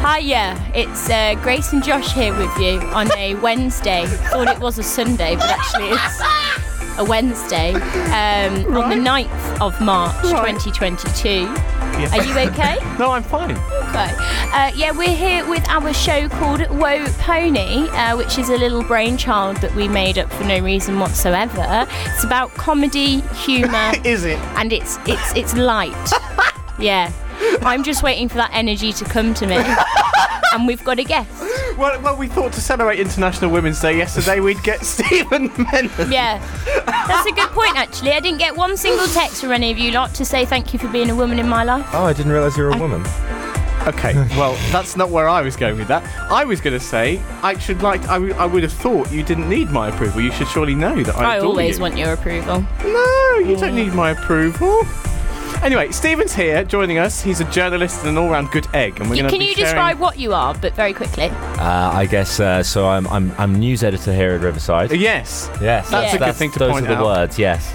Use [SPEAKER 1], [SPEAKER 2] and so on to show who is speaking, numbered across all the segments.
[SPEAKER 1] Hiya, it's uh, Grace and Josh here with you on a Wednesday. Thought it was a Sunday, but actually it's a Wednesday um, on the 9th of March 2022. Are you okay?
[SPEAKER 2] No, I'm fine.
[SPEAKER 1] Okay. Uh, yeah, we're here with our show called Woe Pony, uh, which is a little brainchild that we made up for no reason whatsoever. It's about comedy, humour,
[SPEAKER 2] Is it?
[SPEAKER 1] and it's it's it's light. yeah. I'm just waiting for that energy to come to me. and we've got a guest.
[SPEAKER 2] Well, well, we thought to celebrate International Women's Day yesterday, we'd get Stephen Menon.
[SPEAKER 1] Yeah. That's a good point actually. I didn't get one single text from any of you lot to say thank you for being a woman in my life.
[SPEAKER 3] Oh, I didn't realise you were a woman.
[SPEAKER 2] Okay, well, that's not where I was going with that. I was going to say, I should like, I, w- I would have thought you didn't need my approval. You should surely know that I,
[SPEAKER 1] I
[SPEAKER 2] adore
[SPEAKER 1] always
[SPEAKER 2] you.
[SPEAKER 1] want your approval.
[SPEAKER 2] No, you don't need my approval. Anyway, Stephen's here joining us. He's a journalist and an all-round good egg, and we're
[SPEAKER 1] You-
[SPEAKER 2] going to
[SPEAKER 1] Can
[SPEAKER 2] be
[SPEAKER 1] you
[SPEAKER 2] sharing-
[SPEAKER 1] describe what you are, but very quickly?
[SPEAKER 3] Uh, I guess uh, so. I'm, I'm I'm news editor here at Riverside.
[SPEAKER 2] Yes,
[SPEAKER 3] Yes,
[SPEAKER 1] That's a good
[SPEAKER 2] thing to
[SPEAKER 3] those
[SPEAKER 2] point
[SPEAKER 3] are the
[SPEAKER 2] out.
[SPEAKER 3] words. Yes,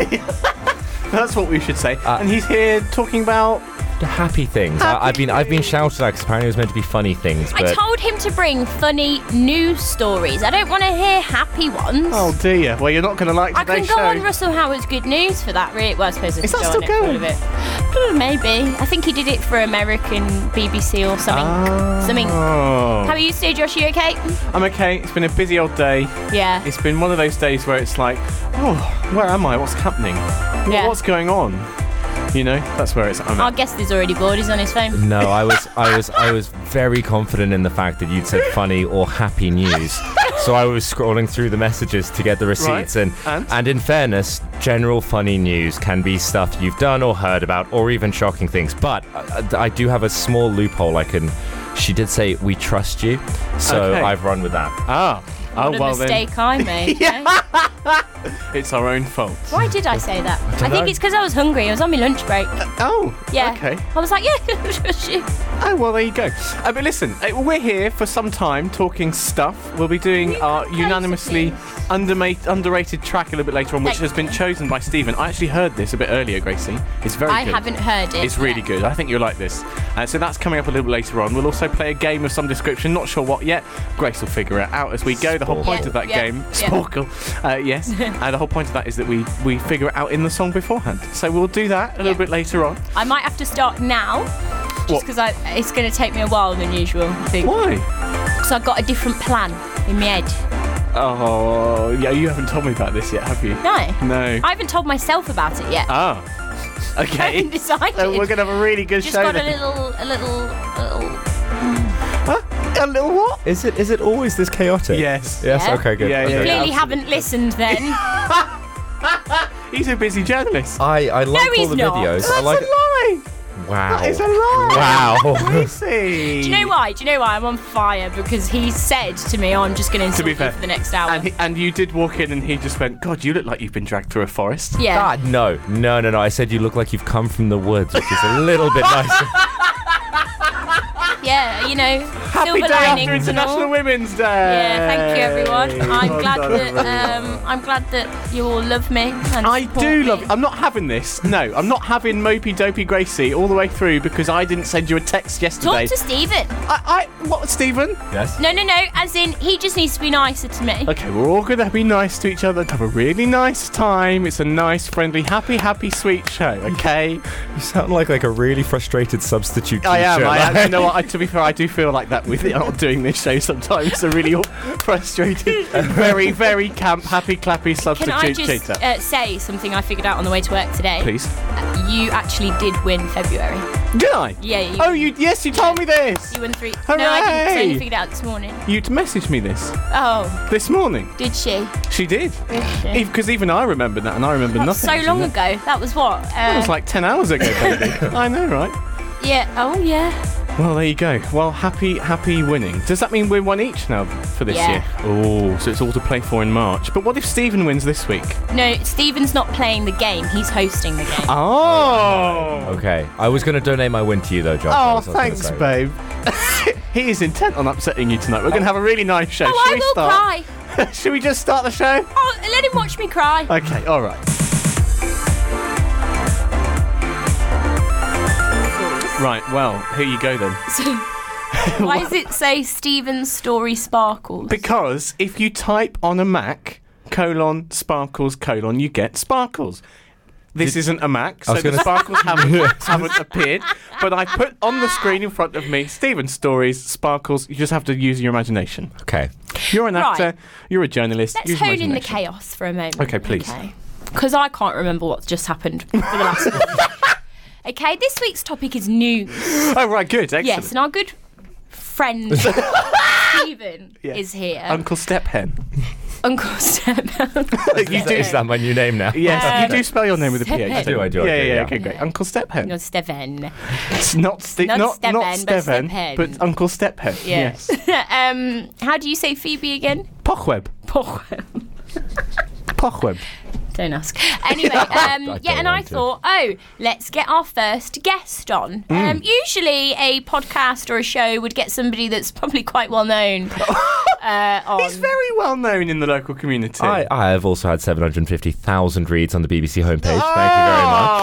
[SPEAKER 2] that's what we should say. and he's here talking about.
[SPEAKER 3] the happy things. I, I've been I've been shouted at 'cause apparently it was meant to be funny things,
[SPEAKER 1] I
[SPEAKER 3] but
[SPEAKER 1] told him to bring funny news stories. I don't want to hear happy ones.
[SPEAKER 2] Oh dear. Well, you're not going to like
[SPEAKER 1] I
[SPEAKER 2] today's
[SPEAKER 1] can go
[SPEAKER 2] show.
[SPEAKER 1] on Russell Howard's good news for that. Really, well, I suppose I
[SPEAKER 2] Is
[SPEAKER 1] could
[SPEAKER 2] that
[SPEAKER 1] go on
[SPEAKER 2] still
[SPEAKER 1] it for
[SPEAKER 2] going?
[SPEAKER 1] a bit. Oh, Maybe. I think he did it for American BBC or something.
[SPEAKER 2] Ah.
[SPEAKER 1] Something. How
[SPEAKER 2] Oh.
[SPEAKER 1] are you, Sue? Josh, you okay?
[SPEAKER 2] I'm okay. It's been a busy old day.
[SPEAKER 1] Yeah.
[SPEAKER 2] It's been one of those days where it's like, oh, where am I? What's happening? Wh-
[SPEAKER 1] Yeah.
[SPEAKER 2] What's going on? You know, that's where it's. I'm
[SPEAKER 1] Our
[SPEAKER 2] at.
[SPEAKER 1] guest is already bored. He's on his phone.
[SPEAKER 3] no, I was I was I was very confident in the fact that you'd said funny or happy news. So I was scrolling through the messages to get the receipts, and,
[SPEAKER 2] and?
[SPEAKER 3] in fairness, general funny news can be stuff you've done or heard about, or even shocking things. But I, I do have a small loophole I can. She did say we trust you, so
[SPEAKER 2] Okay.
[SPEAKER 3] I've run with that.
[SPEAKER 2] Ah. Oh,
[SPEAKER 1] what a
[SPEAKER 2] well
[SPEAKER 1] mistake I made. eh?
[SPEAKER 2] then. It's our own fault.
[SPEAKER 1] Why did I say that? I,
[SPEAKER 3] know.
[SPEAKER 1] think it's because I was hungry. I was on my lunch break.
[SPEAKER 2] Oh.
[SPEAKER 1] Yeah.
[SPEAKER 2] Okay.
[SPEAKER 1] I was like, yeah, Josh, you-
[SPEAKER 2] Oh, well, there you go. Uh, but listen, uh, we're here for some time talking stuff. We'll be doing
[SPEAKER 1] you
[SPEAKER 2] our
[SPEAKER 1] come closer,
[SPEAKER 2] unanimously underma- underrated track a little bit later on, which
[SPEAKER 1] Thank
[SPEAKER 2] has been chosen by Stephen. I actually heard this a bit earlier, Gracie. It's very
[SPEAKER 1] I
[SPEAKER 2] good.
[SPEAKER 1] haven't heard it.
[SPEAKER 2] It's really
[SPEAKER 1] yet.
[SPEAKER 2] good. I think you'll like this. Uh, so that's coming up a little bit later on. We'll also play a game of some description. Not sure what yet. Grace will figure it out as we go. The whole point
[SPEAKER 1] Sporkle.
[SPEAKER 2] of that
[SPEAKER 1] Yeah,
[SPEAKER 2] game,
[SPEAKER 1] yeah.
[SPEAKER 2] Sporkle, uh, yes. uh, the whole point of that is that we we figure it out in the song beforehand. So we'll do that a little
[SPEAKER 1] Yeah.
[SPEAKER 2] bit later on.
[SPEAKER 1] I might have to start now, just
[SPEAKER 2] What?
[SPEAKER 1] because it's going to take me a while than usual. I think.
[SPEAKER 2] Why?
[SPEAKER 1] So I've got a different plan in my head.
[SPEAKER 2] Oh, yeah. You haven't told me about this yet, have you?
[SPEAKER 1] No.
[SPEAKER 2] No.
[SPEAKER 1] I haven't told myself about it yet.
[SPEAKER 2] Ah.
[SPEAKER 1] I haven't
[SPEAKER 2] Okay.
[SPEAKER 1] decided.
[SPEAKER 2] So we're gonna have a really good
[SPEAKER 1] Just
[SPEAKER 2] show.
[SPEAKER 1] got a
[SPEAKER 2] then.
[SPEAKER 1] little, a little, a little.
[SPEAKER 2] Huh? A little what?
[SPEAKER 3] Is it is it always this chaotic?
[SPEAKER 2] Yes.
[SPEAKER 3] Yes.
[SPEAKER 1] Yeah.
[SPEAKER 3] Okay. Good.
[SPEAKER 2] Yeah, yeah,
[SPEAKER 3] okay.
[SPEAKER 2] yeah.
[SPEAKER 1] Clearly haven't listened then. no,
[SPEAKER 2] He's a busy journalist.
[SPEAKER 3] I I like all
[SPEAKER 1] he's
[SPEAKER 3] the
[SPEAKER 1] not.
[SPEAKER 3] videos. I
[SPEAKER 2] That's
[SPEAKER 3] like.
[SPEAKER 2] a lie.
[SPEAKER 3] Wow.
[SPEAKER 2] That is a lie.
[SPEAKER 3] Wow.
[SPEAKER 2] Gracie.
[SPEAKER 1] Do you know why? Do you know why? I'm on fire because he said to me, oh, "I'm just going to
[SPEAKER 2] To
[SPEAKER 1] insult
[SPEAKER 2] be
[SPEAKER 1] you
[SPEAKER 2] fair.
[SPEAKER 1] for the next hour."
[SPEAKER 2] And, he, and you did walk in, and he just went, "God, you look like you've been dragged through a forest."
[SPEAKER 1] yeah.
[SPEAKER 3] God, no, no, no, no. I said you look like you've come from the woods, which is a little bit nicer.
[SPEAKER 1] Yeah, you know,
[SPEAKER 2] Happy
[SPEAKER 1] silver
[SPEAKER 2] day
[SPEAKER 1] linings
[SPEAKER 2] after
[SPEAKER 1] and all.
[SPEAKER 2] International Women's Day.
[SPEAKER 1] Yeah, thank you, everyone. I'm
[SPEAKER 2] Well
[SPEAKER 1] glad
[SPEAKER 2] done, everyone.
[SPEAKER 1] that um, I'm glad that you all love me. And
[SPEAKER 2] I
[SPEAKER 1] support
[SPEAKER 2] do
[SPEAKER 1] me.
[SPEAKER 2] love. I'm not having this. No, I'm not having mopey dopey Gracie all the way through because I didn't send you a text
[SPEAKER 1] Talk
[SPEAKER 2] yesterday.
[SPEAKER 1] to Stephen.
[SPEAKER 2] I, I, what, Stephen?
[SPEAKER 3] Yes.
[SPEAKER 1] No, no, no. As in, he just needs to be nicer to me.
[SPEAKER 2] Okay, we're all gonna be nice to each other. Have a really nice time. It's a nice, friendly, happy, happy, sweet show. Okay.
[SPEAKER 3] You sound like like a really frustrated substitute teacher.
[SPEAKER 2] I am. I am.
[SPEAKER 3] like-
[SPEAKER 2] You know what? I, to be fair, I do feel like that with it, not doing this show sometimes. A really frustrated, very, very camp, happy, clappy
[SPEAKER 1] Can
[SPEAKER 2] substitute
[SPEAKER 1] I just
[SPEAKER 2] cheater.
[SPEAKER 1] uh, say something I figured out on the way to work today?
[SPEAKER 2] Please.
[SPEAKER 1] You actually did win February.
[SPEAKER 2] Did I?
[SPEAKER 1] Yeah, you.
[SPEAKER 2] Oh, you? Yes, you told me this.
[SPEAKER 1] You won three. No, I didn't. 'cause I
[SPEAKER 2] Hooray!
[SPEAKER 1] only figured it out this morning.
[SPEAKER 2] You messaged me this
[SPEAKER 1] Oh,
[SPEAKER 2] this morning.
[SPEAKER 1] did she?
[SPEAKER 2] She did.
[SPEAKER 1] Did she?
[SPEAKER 2] Because even I remember that, and I remember
[SPEAKER 1] That's
[SPEAKER 2] nothing.
[SPEAKER 1] so long
[SPEAKER 2] It
[SPEAKER 1] ago. That was what? Uh,
[SPEAKER 2] was like ten hours ago. baby. I know, right?
[SPEAKER 1] yeah. Oh, yeah.
[SPEAKER 2] Well, there you go. Well, happy, happy winning. Does that mean we're one each now for this
[SPEAKER 1] Yeah.
[SPEAKER 2] year? Oh, so it's all to play for in March. But what if Stephen wins this week?
[SPEAKER 1] No, Stephen's not playing the game. He's hosting the game.
[SPEAKER 2] Oh.
[SPEAKER 3] Okay. I was going to donate my win to you, though, Josh.
[SPEAKER 2] Oh,
[SPEAKER 3] That's what I was
[SPEAKER 2] thanks,
[SPEAKER 3] gonna say.
[SPEAKER 2] babe. he is intent on upsetting you tonight. We're going to have a really nice show.
[SPEAKER 1] oh,
[SPEAKER 2] Should
[SPEAKER 1] I
[SPEAKER 2] we
[SPEAKER 1] will
[SPEAKER 2] start?
[SPEAKER 1] cry.
[SPEAKER 2] Should we just start the show?
[SPEAKER 1] Oh, let him watch me cry.
[SPEAKER 2] Okay, all right. Right, well, here you go then.
[SPEAKER 1] Why does it say Stephen's story sparkles?
[SPEAKER 2] Because if you type on a Mac colon sparkles colon, you get sparkles. This isn't a Mac, so
[SPEAKER 3] was
[SPEAKER 2] the
[SPEAKER 3] gonna-
[SPEAKER 2] sparkles haven't, haven't appeared. But I put on the screen in front of me Stephen's stories, sparkles. You just have to use your imagination.
[SPEAKER 3] Okay.
[SPEAKER 2] You're an
[SPEAKER 1] Right.
[SPEAKER 2] actor. You're a journalist.
[SPEAKER 1] Let's
[SPEAKER 2] use
[SPEAKER 1] hone in the
[SPEAKER 2] imagination.
[SPEAKER 1] chaos for a moment.
[SPEAKER 2] Okay, please.
[SPEAKER 1] Because I can't remember what's just happened for the last week. Okay, this week's topic is news.
[SPEAKER 2] Oh right, good, excellent.
[SPEAKER 1] Yes, and our good friend Stephen
[SPEAKER 2] Yeah.
[SPEAKER 1] is here.
[SPEAKER 2] Uncle Stephen.
[SPEAKER 1] Uncle Step.
[SPEAKER 2] you do.
[SPEAKER 3] Is that my new name now?
[SPEAKER 1] Um,
[SPEAKER 2] Yes, you do spell your name with a PH.
[SPEAKER 1] I
[SPEAKER 3] Uh, do, I do, I
[SPEAKER 2] Yeah,
[SPEAKER 3] do,
[SPEAKER 2] yeah,
[SPEAKER 3] yeah.
[SPEAKER 2] Okay, great. Uncle Stephen.
[SPEAKER 1] no, Stephen.
[SPEAKER 2] It's not, Ste-
[SPEAKER 1] Not
[SPEAKER 2] not, not,
[SPEAKER 1] Stephen, but
[SPEAKER 2] Stephen,
[SPEAKER 1] Stephen.
[SPEAKER 2] but, Uncle Stephen.
[SPEAKER 1] Yeah.
[SPEAKER 2] Yes.
[SPEAKER 1] um, how do you say Phoebe again?
[SPEAKER 2] Pochweb. Pochweb.
[SPEAKER 1] Don't ask. Anyway, um,
[SPEAKER 3] don't
[SPEAKER 1] yeah, and I
[SPEAKER 3] want to.
[SPEAKER 1] thought, oh, let's get our first guest on.
[SPEAKER 3] Mm.
[SPEAKER 1] Um, usually, a podcast or a show would get somebody that's probably quite well known. uh, on.
[SPEAKER 2] He's very well known in the local community.
[SPEAKER 3] I, I have also had 750,000 reads on the BBC homepage.
[SPEAKER 2] Oh,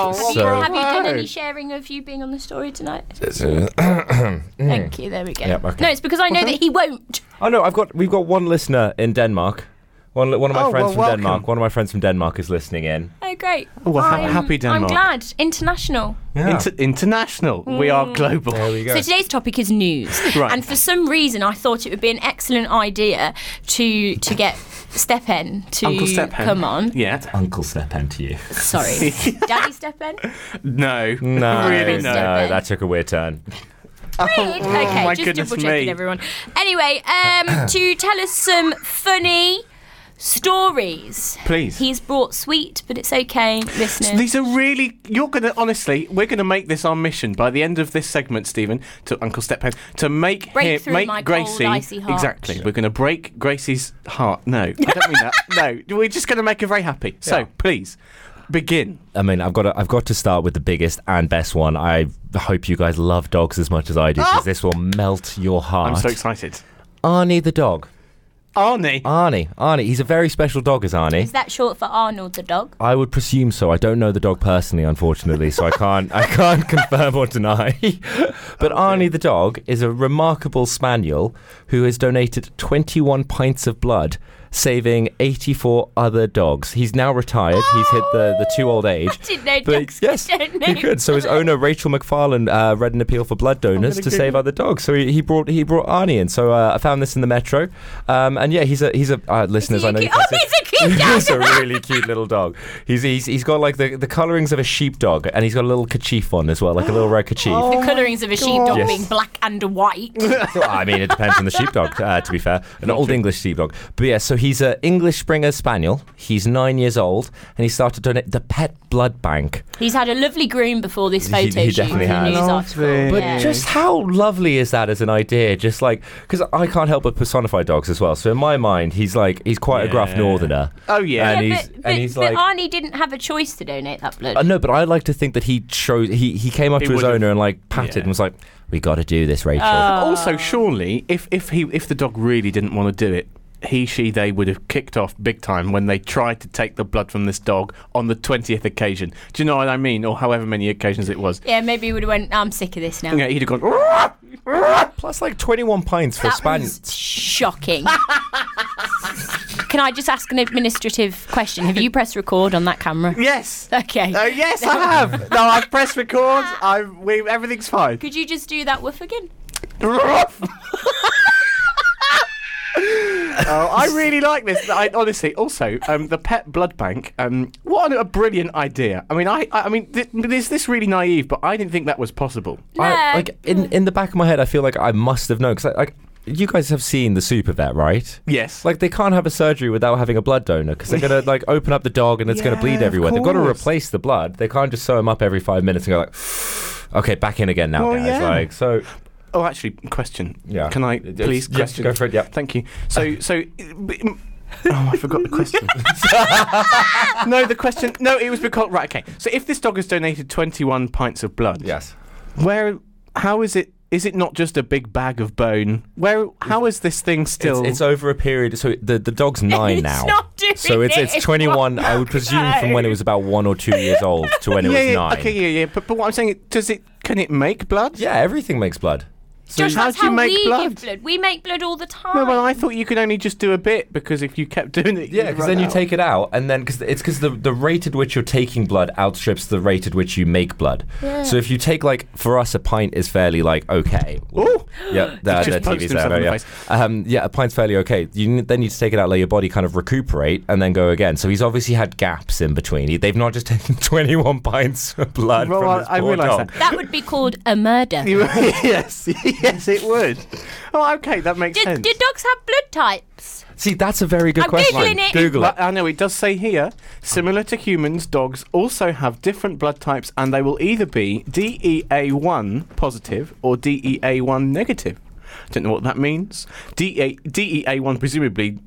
[SPEAKER 1] have,
[SPEAKER 3] Thank you
[SPEAKER 1] you,
[SPEAKER 3] very much.
[SPEAKER 1] have you done
[SPEAKER 2] Wow.
[SPEAKER 1] any sharing of you being on the story tonight?
[SPEAKER 3] So,
[SPEAKER 1] Thank you. There we go.
[SPEAKER 3] Mm. Yep, okay.
[SPEAKER 1] No, it's because I know that he won't.
[SPEAKER 3] oh no, I've got we've got one listener in Denmark. One, li- one of my
[SPEAKER 2] Oh,
[SPEAKER 3] friends
[SPEAKER 2] well,
[SPEAKER 3] from
[SPEAKER 2] welcome.
[SPEAKER 3] Denmark. One of my friends from Denmark is listening in.
[SPEAKER 1] Oh, great.
[SPEAKER 2] Oh, well, ha-
[SPEAKER 1] I'm-
[SPEAKER 2] happy Denmark.
[SPEAKER 1] I'm glad. International.
[SPEAKER 2] Inter- international. We
[SPEAKER 1] Mm.
[SPEAKER 2] are global.
[SPEAKER 3] there we go.
[SPEAKER 1] So today's topic is news,
[SPEAKER 2] Right.
[SPEAKER 1] and for some reason I thought it would be an excellent idea to to get Stepen to
[SPEAKER 2] Uncle Stephen.
[SPEAKER 1] come on.
[SPEAKER 2] Yeah.
[SPEAKER 3] Uncle Stephen to you.
[SPEAKER 1] Sorry, Daddy Stepen.
[SPEAKER 2] No.
[SPEAKER 3] No,
[SPEAKER 2] Really
[SPEAKER 1] no.
[SPEAKER 2] no.
[SPEAKER 3] no, that took a weird turn.
[SPEAKER 1] Weird. okay,
[SPEAKER 2] Oh, my
[SPEAKER 1] just
[SPEAKER 2] goodness
[SPEAKER 1] double checking
[SPEAKER 2] me.
[SPEAKER 1] everyone. Anyway, um, to tell us some funny stories.
[SPEAKER 2] Please.
[SPEAKER 1] He's brought sweet, but it's okay, listeners.
[SPEAKER 2] These are really. You're gonna honestly. We're gonna make this our mission by the end of this segment, Stephen, to Uncle Stephen, to make
[SPEAKER 1] Break
[SPEAKER 2] him,
[SPEAKER 1] through
[SPEAKER 2] make
[SPEAKER 1] my cold,
[SPEAKER 2] Gracie
[SPEAKER 1] icy heart.
[SPEAKER 2] exactly. We're gonna break Gracie's heart. No, I don't mean that. No, we're just gonna make her very happy. So
[SPEAKER 3] Yeah.
[SPEAKER 2] please, begin.
[SPEAKER 3] I mean, I've got to, I've got to start with the biggest and best one. I hope you guys love dogs as much as I do because this will melt your heart.
[SPEAKER 2] Ah! I'm so excited.
[SPEAKER 3] Arnie the dog.
[SPEAKER 2] Arnie.
[SPEAKER 3] Arnie, Arnie. He's a very special dog, is Arnie.
[SPEAKER 1] Is that short for Arnold the dog?
[SPEAKER 3] I would presume so. I don't know the dog personally, unfortunately, so I can't I can't confirm or deny. but
[SPEAKER 2] Oh,
[SPEAKER 3] Arnie the dog is a remarkable spaniel who has donated 21 pints of blood, saving 84 other dogs. He's now retired. He's hit the the too old age.
[SPEAKER 1] Didn't know
[SPEAKER 3] But
[SPEAKER 1] dogs
[SPEAKER 3] yes,
[SPEAKER 1] could
[SPEAKER 3] he
[SPEAKER 1] donate
[SPEAKER 3] could. So his owner Rachel McFarlane uh, read an appeal for blood donors to save other dogs. So he, he brought he brought Arnie in. So uh, I found this in the metro, um, and yeah, he's a he's a uh, listeners.
[SPEAKER 1] he a
[SPEAKER 3] I know.
[SPEAKER 1] cute- oh, he's a cute
[SPEAKER 3] you guys are-
[SPEAKER 1] dog!
[SPEAKER 3] he's a really cute little dog. He's he's he's got like the the colorings of a sheepdog, and he's got a little kerchief on as well, like a little red kerchief.
[SPEAKER 1] The colourings of a sheepdog
[SPEAKER 3] Oh Yes.
[SPEAKER 1] being black and white.
[SPEAKER 3] Well, I mean, it depends on the sheepdog, uh, to be fair. An old English sheepdog. But yeah, so he's an English Springer Spaniel. He's nine years old, and he started doing it the Pet Blood Bank.
[SPEAKER 1] He's had a lovely groom before this
[SPEAKER 3] He-
[SPEAKER 1] photo
[SPEAKER 3] he
[SPEAKER 1] shoot.
[SPEAKER 3] definitely
[SPEAKER 1] for the
[SPEAKER 3] has.
[SPEAKER 1] news article.
[SPEAKER 3] But
[SPEAKER 1] Yeah.
[SPEAKER 3] just how lovely is that as an idea? Just like, because I can't help but personify dogs as well. So in my mind, he's like, he's quite a gruff
[SPEAKER 2] Yeah.
[SPEAKER 3] northerner.
[SPEAKER 2] Oh, yeah.
[SPEAKER 3] And
[SPEAKER 1] Yeah,
[SPEAKER 3] he's,
[SPEAKER 1] but,
[SPEAKER 3] and
[SPEAKER 1] but-
[SPEAKER 3] he's
[SPEAKER 1] but
[SPEAKER 3] like,
[SPEAKER 1] Arnie didn't have a choice to donate that blood.
[SPEAKER 3] Uh, no, but I like to think that he chose. He he came up
[SPEAKER 2] He
[SPEAKER 3] to his
[SPEAKER 2] would've-
[SPEAKER 3] owner and like patted
[SPEAKER 2] Yeah.
[SPEAKER 3] and was like, "We got to do this, Rachel."
[SPEAKER 1] Oh.
[SPEAKER 2] also, surely, if if he if the dog really didn't want to do it, he, she, they would have kicked off big time when they tried to take the blood from this dog on the twentieth occasion. Do you know what I mean? Or however many occasions it was.
[SPEAKER 1] yeah, maybe he would have went. I'm sick of this now.
[SPEAKER 2] Yeah, he'd have gone. "Rah!"
[SPEAKER 3] Plus, like twenty-one pints for
[SPEAKER 1] that
[SPEAKER 3] Spaniel.
[SPEAKER 1] was shocking. Can I just ask an administrative question? Have you pressed record on that camera?
[SPEAKER 2] Yes.
[SPEAKER 1] Okay.
[SPEAKER 2] Oh yes, I have. No, I've pressed record. I we everything's fine.
[SPEAKER 1] Could you just do that woof again?
[SPEAKER 2] oh, I really like this. I, honestly, also um, the pet blood bank. Um, what a brilliant idea! I mean, I, I I mean, th- is this really naive? But I didn't think that was possible.
[SPEAKER 3] I,
[SPEAKER 1] No.
[SPEAKER 3] like in in the back of my head, I feel like I must have known because like you guys have seen the super vet, right?
[SPEAKER 2] Yes,
[SPEAKER 3] Like they can't have a surgery without having a blood donor because they're gonna like open up the dog and it's gonna
[SPEAKER 2] Yeah,
[SPEAKER 3] bleed
[SPEAKER 2] of
[SPEAKER 3] everywhere. They've got to
[SPEAKER 2] course.
[SPEAKER 3] replace the blood. They can't just sew him up every five minutes and go like, okay, back in again now,
[SPEAKER 2] Well,
[SPEAKER 3] guys.
[SPEAKER 2] yeah.
[SPEAKER 3] Like so,
[SPEAKER 2] Oh, actually, question.
[SPEAKER 3] Yeah.
[SPEAKER 2] Can I
[SPEAKER 3] It's-
[SPEAKER 2] please
[SPEAKER 3] yes,
[SPEAKER 2] question?
[SPEAKER 3] go for it, yeah.
[SPEAKER 2] Thank you.
[SPEAKER 3] Uh.
[SPEAKER 2] So, so. but, mm, oh, I forgot the question. no, the question. No, it was because right. Okay. So, if this dog has donated twenty-one pints of blood,
[SPEAKER 3] Yes.
[SPEAKER 2] Where? How is it? Is it not just a big bag of bone? Where? How is this thing
[SPEAKER 3] It's,
[SPEAKER 2] still?
[SPEAKER 3] it's over a period. So the the dog's nine
[SPEAKER 1] It's
[SPEAKER 3] now.
[SPEAKER 1] not doing
[SPEAKER 3] so it's
[SPEAKER 1] it.
[SPEAKER 3] it's 21. I would presume from when it was about one or two years old to when it
[SPEAKER 2] yeah,
[SPEAKER 3] was
[SPEAKER 2] yeah,
[SPEAKER 3] nine.
[SPEAKER 2] Okay, yeah, yeah. But, but what I'm saying, does it? Can it make blood?
[SPEAKER 3] Yeah, everything makes blood. So
[SPEAKER 1] Josh,
[SPEAKER 2] how
[SPEAKER 1] that's
[SPEAKER 2] do you
[SPEAKER 1] how
[SPEAKER 2] make
[SPEAKER 1] we
[SPEAKER 2] blood?
[SPEAKER 1] give blood. We make blood all the time.
[SPEAKER 2] No, well, I thought you could only just do a bit because if you kept doing it,
[SPEAKER 3] Yeah,
[SPEAKER 2] you'd
[SPEAKER 3] because
[SPEAKER 2] run
[SPEAKER 3] then you
[SPEAKER 2] out.
[SPEAKER 3] take it out, and then because it's because the the rate at which you're taking blood outstrips the rate at which you make blood. So if you take like for us, a pint is fairly like okay.
[SPEAKER 2] Ooh.
[SPEAKER 3] Yeah, that,
[SPEAKER 2] just
[SPEAKER 3] that
[SPEAKER 2] punched
[SPEAKER 3] TV's
[SPEAKER 2] himself
[SPEAKER 3] out,
[SPEAKER 2] in the
[SPEAKER 3] yeah.
[SPEAKER 2] face.
[SPEAKER 3] Um, yeah, a pint's fairly okay. You n- then need to take it out, let your body kind of recuperate, and then go again. So he's obviously had gaps in between. He, they've not just taken 21 pints of blood
[SPEAKER 2] Well,
[SPEAKER 3] from
[SPEAKER 2] I-
[SPEAKER 3] this
[SPEAKER 2] I
[SPEAKER 3] poor
[SPEAKER 2] realise
[SPEAKER 3] dog.
[SPEAKER 2] that.
[SPEAKER 1] That would be called a murder.
[SPEAKER 2] You- yes, yes, it would. Oh, okay, that makes
[SPEAKER 1] Do,
[SPEAKER 2] sense.
[SPEAKER 1] do dogs have blood types?
[SPEAKER 3] See, that's a very good
[SPEAKER 1] I'm
[SPEAKER 3] question.
[SPEAKER 1] Googling it.
[SPEAKER 3] Google it.
[SPEAKER 2] But I know it does say here, similar to humans, dogs also have different blood types and they will either be DEA1 positive or DEA1 negative. Don't know what that means. E DEA, DEA1 presumably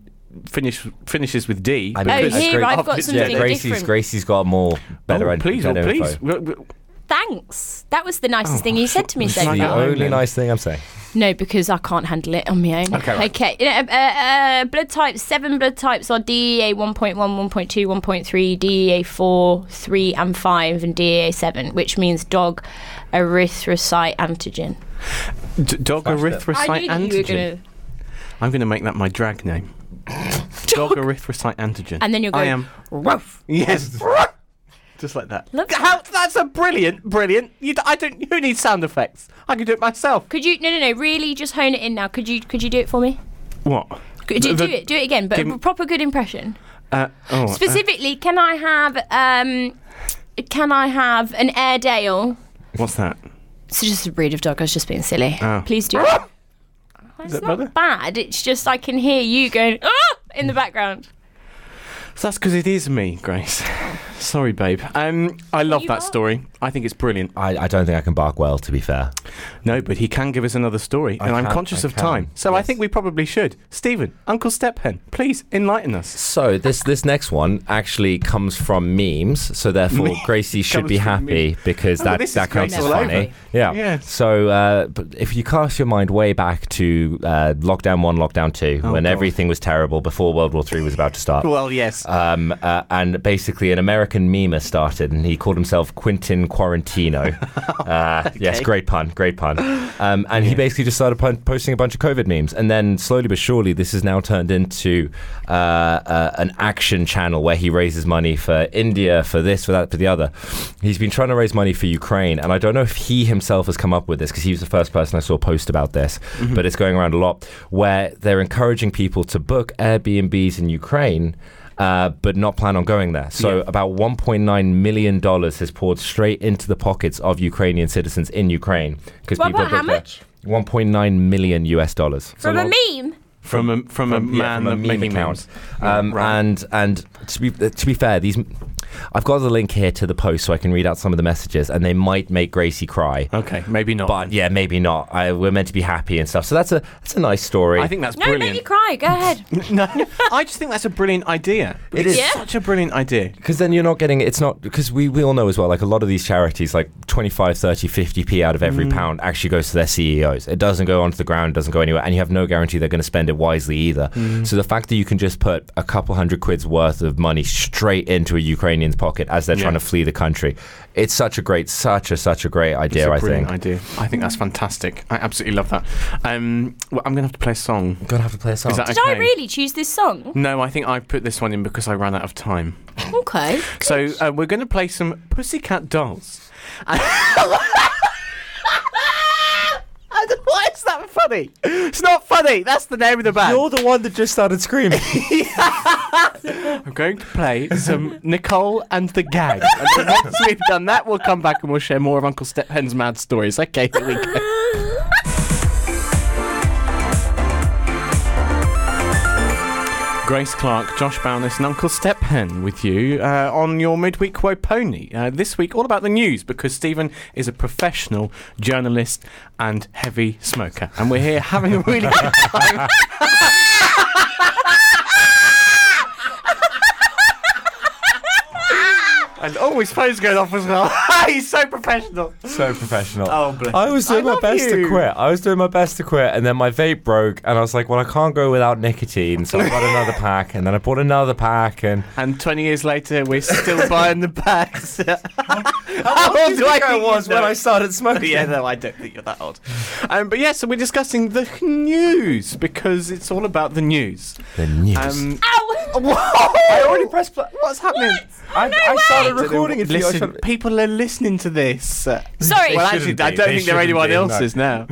[SPEAKER 2] finish, finishes with D.
[SPEAKER 3] I
[SPEAKER 1] Oh,
[SPEAKER 3] mean,
[SPEAKER 2] because-
[SPEAKER 3] that's
[SPEAKER 1] here
[SPEAKER 3] great.
[SPEAKER 1] I've got
[SPEAKER 2] Obvious-
[SPEAKER 1] something
[SPEAKER 3] yeah, Gracie's
[SPEAKER 1] different.
[SPEAKER 3] Gracie's got more better.
[SPEAKER 2] Oh,
[SPEAKER 3] en-
[SPEAKER 2] please, oh,
[SPEAKER 3] better info.
[SPEAKER 2] please. W- w-
[SPEAKER 1] Thanks. That was the nicest thing you said to me
[SPEAKER 2] Oh, it's
[SPEAKER 1] so
[SPEAKER 2] like
[SPEAKER 3] The
[SPEAKER 1] far.
[SPEAKER 2] that.
[SPEAKER 3] only
[SPEAKER 2] then.
[SPEAKER 3] nice thing I'm saying.
[SPEAKER 1] No, because I can't handle it on my own.
[SPEAKER 2] Okay, right.
[SPEAKER 1] Okay. You know, uh, uh, blood types, seven blood types are E DEA 1.1, 1.2, 1.3, DEA 4, 3, and 5, and DEA 7, which means dog erythrocyte antigen.
[SPEAKER 2] D- dog erythrocyte antigen. I'm going to make that my drag name. dog erythrocyte antigen.
[SPEAKER 1] And then you'll go,
[SPEAKER 2] I am.
[SPEAKER 1] Ruff.
[SPEAKER 2] Yes. Just like that.
[SPEAKER 1] Look.
[SPEAKER 2] How, that's a brilliant, brilliant. You, d- I don't. Who needs sound effects? I can do it myself.
[SPEAKER 1] Could you, no, no, no, really just hone it in now. Could you, could you do it for me?
[SPEAKER 2] What?
[SPEAKER 1] Could you
[SPEAKER 2] The-
[SPEAKER 1] do it? Do it again, but
[SPEAKER 2] give
[SPEAKER 1] a
[SPEAKER 2] me-
[SPEAKER 1] proper good impression.
[SPEAKER 2] Uh, oh, uh,
[SPEAKER 1] Specifically, can I have, um, can I have an Airedale?
[SPEAKER 2] what's that?
[SPEAKER 1] It's just a breed of dog. I was just being silly.
[SPEAKER 2] Oh.
[SPEAKER 1] Please do. it. it's
[SPEAKER 2] that
[SPEAKER 1] not
[SPEAKER 2] better?
[SPEAKER 1] bad. It's just I can hear you going ah! in the background.
[SPEAKER 2] So that's because it is me, Grace. Sorry, babe. Um, I love
[SPEAKER 1] you
[SPEAKER 2] that
[SPEAKER 1] are-
[SPEAKER 2] story. I think it's brilliant.
[SPEAKER 3] I, I don't think I can bark well, to be fair.
[SPEAKER 2] No, but he can give us another story,
[SPEAKER 3] I
[SPEAKER 2] and I'm
[SPEAKER 3] can-
[SPEAKER 2] conscious
[SPEAKER 3] I
[SPEAKER 2] of
[SPEAKER 3] can.
[SPEAKER 2] time, so I
[SPEAKER 3] Yes.
[SPEAKER 2] think we probably should. Stephen, Uncle Stephen, please enlighten us.
[SPEAKER 3] So this this next one actually comes from memes, so therefore Gracie should
[SPEAKER 2] Comes
[SPEAKER 3] be
[SPEAKER 2] from
[SPEAKER 3] happy
[SPEAKER 2] memes.
[SPEAKER 3] because
[SPEAKER 2] Oh,
[SPEAKER 3] that
[SPEAKER 2] this is
[SPEAKER 3] that counts
[SPEAKER 1] Grace
[SPEAKER 3] as
[SPEAKER 1] all over.
[SPEAKER 3] funny. Yeah.
[SPEAKER 2] Yeah.
[SPEAKER 3] So uh, but if you cast your mind way back to uh, lockdown one, lockdown two, when
[SPEAKER 2] Oh, God.
[SPEAKER 3] everything was terrible before World War Three was about to start.
[SPEAKER 2] Well, yes.
[SPEAKER 3] Um, uh, and basically, an American memer started, and he called himself Quentin Quarantino. uh, Yes, great pun, great pun. Um, and he basically just started pun- posting a bunch of COVID memes, and then slowly but surely, this has now turned into uh, uh, an action channel where he raises money for India, for this, for that, for the other. He's been trying to raise money for Ukraine, and I don't know if he himself has come up with this because he was the first person I saw post about this, but it's going around a lot where they're encouraging people to book Airbnbs in Ukraine uh, but not plan on going there. So about 1.9 million dollars has poured straight into the pockets of Ukrainian citizens in Ukraine because
[SPEAKER 1] What- what- how
[SPEAKER 3] booked their-
[SPEAKER 1] much?
[SPEAKER 3] 1.9 million US dollars
[SPEAKER 1] From a meme.
[SPEAKER 2] from a from a man
[SPEAKER 3] yeah,
[SPEAKER 2] that
[SPEAKER 3] from a meme
[SPEAKER 2] making memes.
[SPEAKER 3] account. Um,
[SPEAKER 2] Yeah, right.
[SPEAKER 3] And and to be to be fair, these I've got the link here to the post so I can read out some of the messages, and they might make Gracie cry.
[SPEAKER 2] okay, maybe not.
[SPEAKER 3] But yeah, maybe not. I, we're meant to be happy and stuff. So that's a that's a nice story.
[SPEAKER 2] I think that's
[SPEAKER 1] No, make
[SPEAKER 2] brilliant.
[SPEAKER 1] you cry. Go ahead.
[SPEAKER 2] No, I just think that's a brilliant idea.
[SPEAKER 3] It
[SPEAKER 2] It
[SPEAKER 3] is.
[SPEAKER 2] is
[SPEAKER 1] Yeah.
[SPEAKER 2] such a brilliant idea.
[SPEAKER 3] because then you're not getting it's not because we, we all know as well like a lot of these charities like 25 30 50p out of every pound actually goes to their ceos it doesn't go onto the ground doesn't go anywhere and you have no guarantee they're going to spend it wisely either so the fact that you can just put a couple hundred quid's worth of money straight into a ukrainian's pocket as they're
[SPEAKER 2] Yeah.
[SPEAKER 3] trying to flee the country it's such a great such a such a great
[SPEAKER 2] It's
[SPEAKER 3] idea
[SPEAKER 2] a
[SPEAKER 3] i
[SPEAKER 2] brilliant
[SPEAKER 3] think
[SPEAKER 2] idea. I think that's fantastic. I absolutely love that. Um, well, I'm going to have to play a song.
[SPEAKER 3] i'm gonna have to play a song
[SPEAKER 2] Is that
[SPEAKER 1] Did I
[SPEAKER 2] okay?
[SPEAKER 1] really choose this song?
[SPEAKER 2] No, I think I put this one in because I ran out of time.
[SPEAKER 1] Okay.
[SPEAKER 2] So uh, we're going to play some Pussycat Dolls. I don't- Why is that funny? It's not funny. That's the name of the band.
[SPEAKER 3] the one that just started screaming
[SPEAKER 2] I'm going to play some Nicole and the Gang. And then once we've done that, we'll come back and we'll share more of Uncle Stephen's mad stories. Okay, here we go. Grace Clark, Josh Bowness, and Uncle Step Hen with you uh, on your midweek Wopony. Uh, this week, all about the news because Stephen is a professional journalist and heavy smoker, and we're here having a really good time. and always phones going off as well. He's so professional.
[SPEAKER 3] So professional.
[SPEAKER 2] Oh, bless
[SPEAKER 3] I was
[SPEAKER 2] you.
[SPEAKER 3] doing
[SPEAKER 2] I
[SPEAKER 3] my
[SPEAKER 2] love
[SPEAKER 3] best
[SPEAKER 2] you.
[SPEAKER 3] to quit. I was doing my best to quit, and then my vape broke, and I was like, "Well, I can't go without nicotine," so I bought another pack, and then I bought another pack, and
[SPEAKER 2] And 20 years later, we're still buying the bags. How
[SPEAKER 3] How old do I think I was when I started smoking?
[SPEAKER 2] yeah, no, I don't think you're that old. Um, but yeah, so we're discussing the news because it's all about the news.
[SPEAKER 3] The news.
[SPEAKER 2] Um,
[SPEAKER 1] Ow!
[SPEAKER 2] whoa! I already pressed play. What's happening?
[SPEAKER 3] I,
[SPEAKER 1] no
[SPEAKER 3] I started
[SPEAKER 1] way!
[SPEAKER 3] recording it. for you. I
[SPEAKER 2] Listen,
[SPEAKER 3] should-
[SPEAKER 2] people are listening to this. Uh,
[SPEAKER 1] Sorry.
[SPEAKER 3] They
[SPEAKER 2] well,
[SPEAKER 3] shouldn't
[SPEAKER 2] actually,
[SPEAKER 3] be.
[SPEAKER 2] I don't
[SPEAKER 3] They
[SPEAKER 2] think there are
[SPEAKER 3] shouldn't
[SPEAKER 2] anyone
[SPEAKER 3] be, no.
[SPEAKER 2] else's now.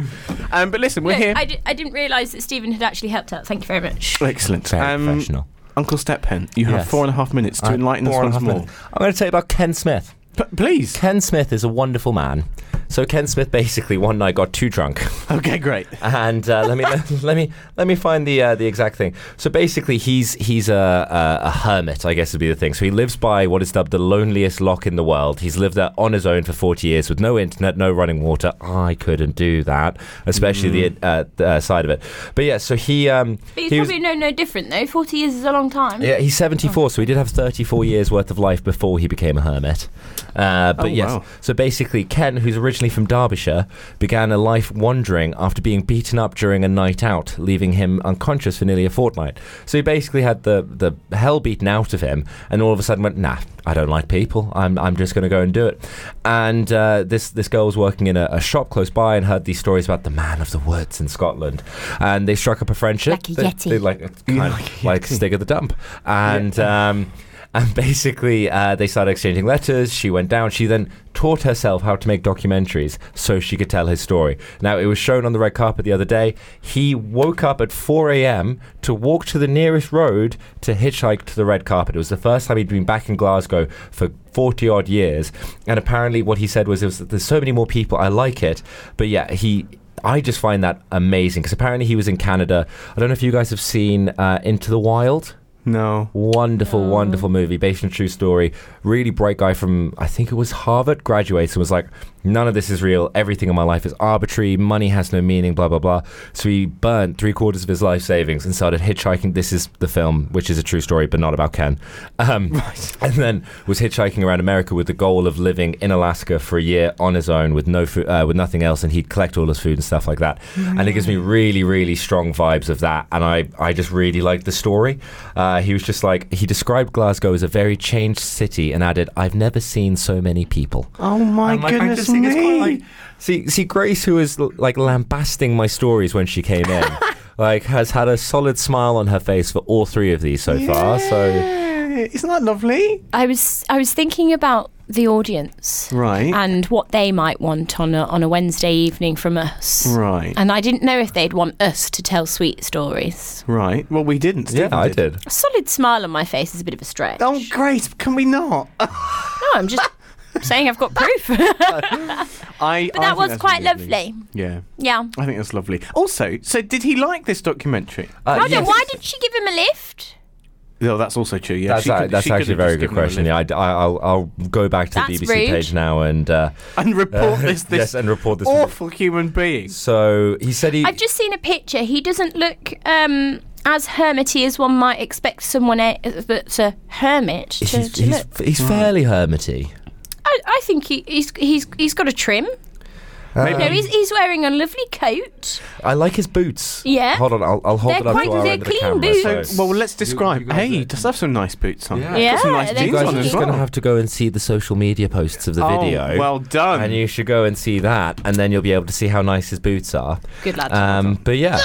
[SPEAKER 2] Um, but listen, we're
[SPEAKER 1] Look,
[SPEAKER 2] here.
[SPEAKER 1] I, di- I didn't realise that Stephen had actually helped out. Thank you very much.
[SPEAKER 2] Excellent.
[SPEAKER 3] Very
[SPEAKER 2] Um,
[SPEAKER 3] professional.
[SPEAKER 2] Uncle Stephen, you have
[SPEAKER 3] Yes.
[SPEAKER 2] four and a half minutes to
[SPEAKER 3] I-
[SPEAKER 2] enlighten us
[SPEAKER 3] four and
[SPEAKER 2] once
[SPEAKER 3] a half
[SPEAKER 2] more.
[SPEAKER 3] minutes. I'm going to tell you about Ken Smith.
[SPEAKER 2] P- please.
[SPEAKER 3] Ken Smith is a wonderful man. So Ken Smith basically one night got too drunk.
[SPEAKER 2] Okay, great.
[SPEAKER 3] and uh, let me let, me let me find the uh, the exact thing. So basically, he's he's a, a a hermit, I guess would be the thing. So he lives by what is dubbed the loneliest lock in the world. He's lived there on his own for forty years with no internet, no running water. I couldn't do that, especially the, uh, the uh, side of it. But yeah, so he um
[SPEAKER 1] Mm. But he's
[SPEAKER 3] he was-
[SPEAKER 1] probably no no different though. Forty years is a long time.
[SPEAKER 3] yeah, he's 74, so he did have 34 years worth of life before he became a hermit. Uh, but
[SPEAKER 2] Oh,
[SPEAKER 3] yes,
[SPEAKER 2] wow.
[SPEAKER 3] so basically, Ken, who's originally from Derbyshire, began a life wandering after being beaten up during a night out, leaving him unconscious for nearly a fortnight. So he basically had the, the hell beaten out of him, and all of a sudden went, nah, I don't like people. I'm, I'm just going to go and do it. And uh, this, this girl was working in a, a shop close by and heard these stories about the man of the woods in Scotland. And they struck up a friendship.
[SPEAKER 1] Like a
[SPEAKER 3] They-
[SPEAKER 1] yeti.
[SPEAKER 3] they like it's kind of like stick at the dump and um and basically uh, they started exchanging letters she went down she then taught herself how to make documentaries so she could tell his story now it was shown on the red carpet the other day he woke up at 4am to walk to the nearest road to hitchhike to the red carpet it was the first time he'd been back in glasgow for 40 odd years and apparently what he said was, it was there's so many more people i like it but yeah he I just find that amazing because apparently he was in Canada. I don't know if you guys have seen uh, Into the Wild.
[SPEAKER 2] No.
[SPEAKER 3] Wonderful, wonderful movie based on a true story. Really bright guy from I think it was Harvard. Graduates and was like, none of this is real. Everything in my life is arbitrary. Money has no meaning. Blah blah blah. So he burned three quarters of his life savings and started hitchhiking. This is the film, which is a true story, but not about Ken. Um, And then was hitchhiking around America with the goal of living in Alaska for a year on his own with no food, uh, with nothing else, and he'd collect all his food and stuff like that. And it gives me really, really strong vibes of that. And I, I just really liked the story. Uh, he was just like he described Glasgow as a very changed city, and added, "I've never seen so many people."
[SPEAKER 2] Oh my
[SPEAKER 3] I'm like, I
[SPEAKER 2] goodness
[SPEAKER 3] just think it's quite
[SPEAKER 2] me!
[SPEAKER 3] like- see, see, Grace, who was l- like lambasting my stories when she came in, like has had a solid smile on her face for all three of these so far. Ah, So.
[SPEAKER 2] Yeah, Isn't that lovely?
[SPEAKER 1] I was I was thinking about the audience
[SPEAKER 2] Right.
[SPEAKER 1] and what they might want on a, on a Wednesday evening from us.
[SPEAKER 2] right.
[SPEAKER 1] And I didn't know if they'd want us to tell sweet stories.
[SPEAKER 2] right. Well, we didn't.
[SPEAKER 3] Yeah,
[SPEAKER 2] Stephen
[SPEAKER 3] I did.
[SPEAKER 1] A solid smile on my face is a bit of a stretch.
[SPEAKER 2] Oh, great. Can we not?
[SPEAKER 1] No, I'm just saying I've got proof.
[SPEAKER 2] I,
[SPEAKER 1] but that was quite lovely.
[SPEAKER 2] Yeah.
[SPEAKER 1] Yeah.
[SPEAKER 2] I think that's lovely. Also, so did he like this documentary?
[SPEAKER 3] Uh,
[SPEAKER 1] Roger,
[SPEAKER 3] yes.
[SPEAKER 1] why did she give him a lift?
[SPEAKER 2] No, that's also true. Yeah,
[SPEAKER 3] That's,
[SPEAKER 2] She
[SPEAKER 3] a-
[SPEAKER 2] could-
[SPEAKER 3] that's
[SPEAKER 2] she could
[SPEAKER 3] actually a
[SPEAKER 2] have
[SPEAKER 3] very
[SPEAKER 2] just given
[SPEAKER 3] good
[SPEAKER 2] him a
[SPEAKER 3] question.
[SPEAKER 2] lift.
[SPEAKER 3] Yeah, I, will I'll go back to the
[SPEAKER 1] That's
[SPEAKER 3] BBC
[SPEAKER 1] rude.
[SPEAKER 3] page now and uh,
[SPEAKER 2] And report this this
[SPEAKER 3] yes, and report this.
[SPEAKER 2] awful human being.
[SPEAKER 3] So he said he.
[SPEAKER 1] I've just seen a picture. He doesn't look um, as hermity as one might expect someone e- that's a hermit to,
[SPEAKER 3] he's
[SPEAKER 1] to
[SPEAKER 3] he's,
[SPEAKER 1] look.
[SPEAKER 3] he's fairly hermity.
[SPEAKER 1] I, I think he, he's he's he's got a trim.
[SPEAKER 2] Maybe
[SPEAKER 1] No, he's, he's wearing a lovely coat.
[SPEAKER 3] Um, I like his boots.
[SPEAKER 1] Yeah.
[SPEAKER 3] Hold on, I'll, I'll hold
[SPEAKER 1] They're
[SPEAKER 3] it up
[SPEAKER 1] quite-
[SPEAKER 3] to our
[SPEAKER 1] they're
[SPEAKER 3] end of the
[SPEAKER 1] clean
[SPEAKER 3] camera.
[SPEAKER 1] boots.
[SPEAKER 2] well, let's describe. hey, he does have some nice boots on.
[SPEAKER 3] Yeah.
[SPEAKER 2] He's got some
[SPEAKER 1] Yeah,
[SPEAKER 2] nice
[SPEAKER 1] they're
[SPEAKER 3] you
[SPEAKER 2] jeans on
[SPEAKER 3] guys are
[SPEAKER 1] clean.
[SPEAKER 2] as
[SPEAKER 3] just
[SPEAKER 2] well.
[SPEAKER 3] going to have to go and see the social media posts of the
[SPEAKER 2] Oh,
[SPEAKER 3] video.
[SPEAKER 2] well done.
[SPEAKER 3] And you should go and see that, and then you'll be able to see how nice his boots are.
[SPEAKER 1] Good lad.
[SPEAKER 3] Um, but yeah.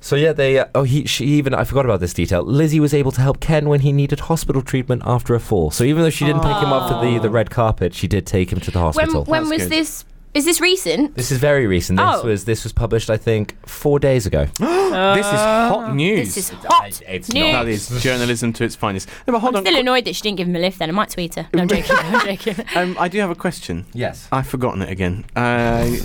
[SPEAKER 3] So yeah, they. Uh, oh, he. She even. I forgot about this detail. Lizzie was able to help Ken when he needed hospital treatment after a fall. So even though she didn't pick him up for the, the red carpet, she did take him to the
[SPEAKER 1] when
[SPEAKER 3] hospital.
[SPEAKER 1] when
[SPEAKER 2] That's
[SPEAKER 1] was
[SPEAKER 2] good.
[SPEAKER 1] this Is this recent?
[SPEAKER 3] This is very recent. This
[SPEAKER 1] Oh.
[SPEAKER 3] was this was published, I think, four days ago.
[SPEAKER 2] this is hot news.
[SPEAKER 1] Uh, This is hot.
[SPEAKER 3] it's
[SPEAKER 1] news.
[SPEAKER 2] that is journalism to its finest. No, but hold
[SPEAKER 1] I'm
[SPEAKER 2] on.
[SPEAKER 1] still
[SPEAKER 2] qu-
[SPEAKER 1] annoyed that she didn't give him a lift then. I might tweet her. No, I'm joking. I'm joking.
[SPEAKER 2] um, I do have a question.
[SPEAKER 3] Yes.
[SPEAKER 2] I've forgotten it again. Uh,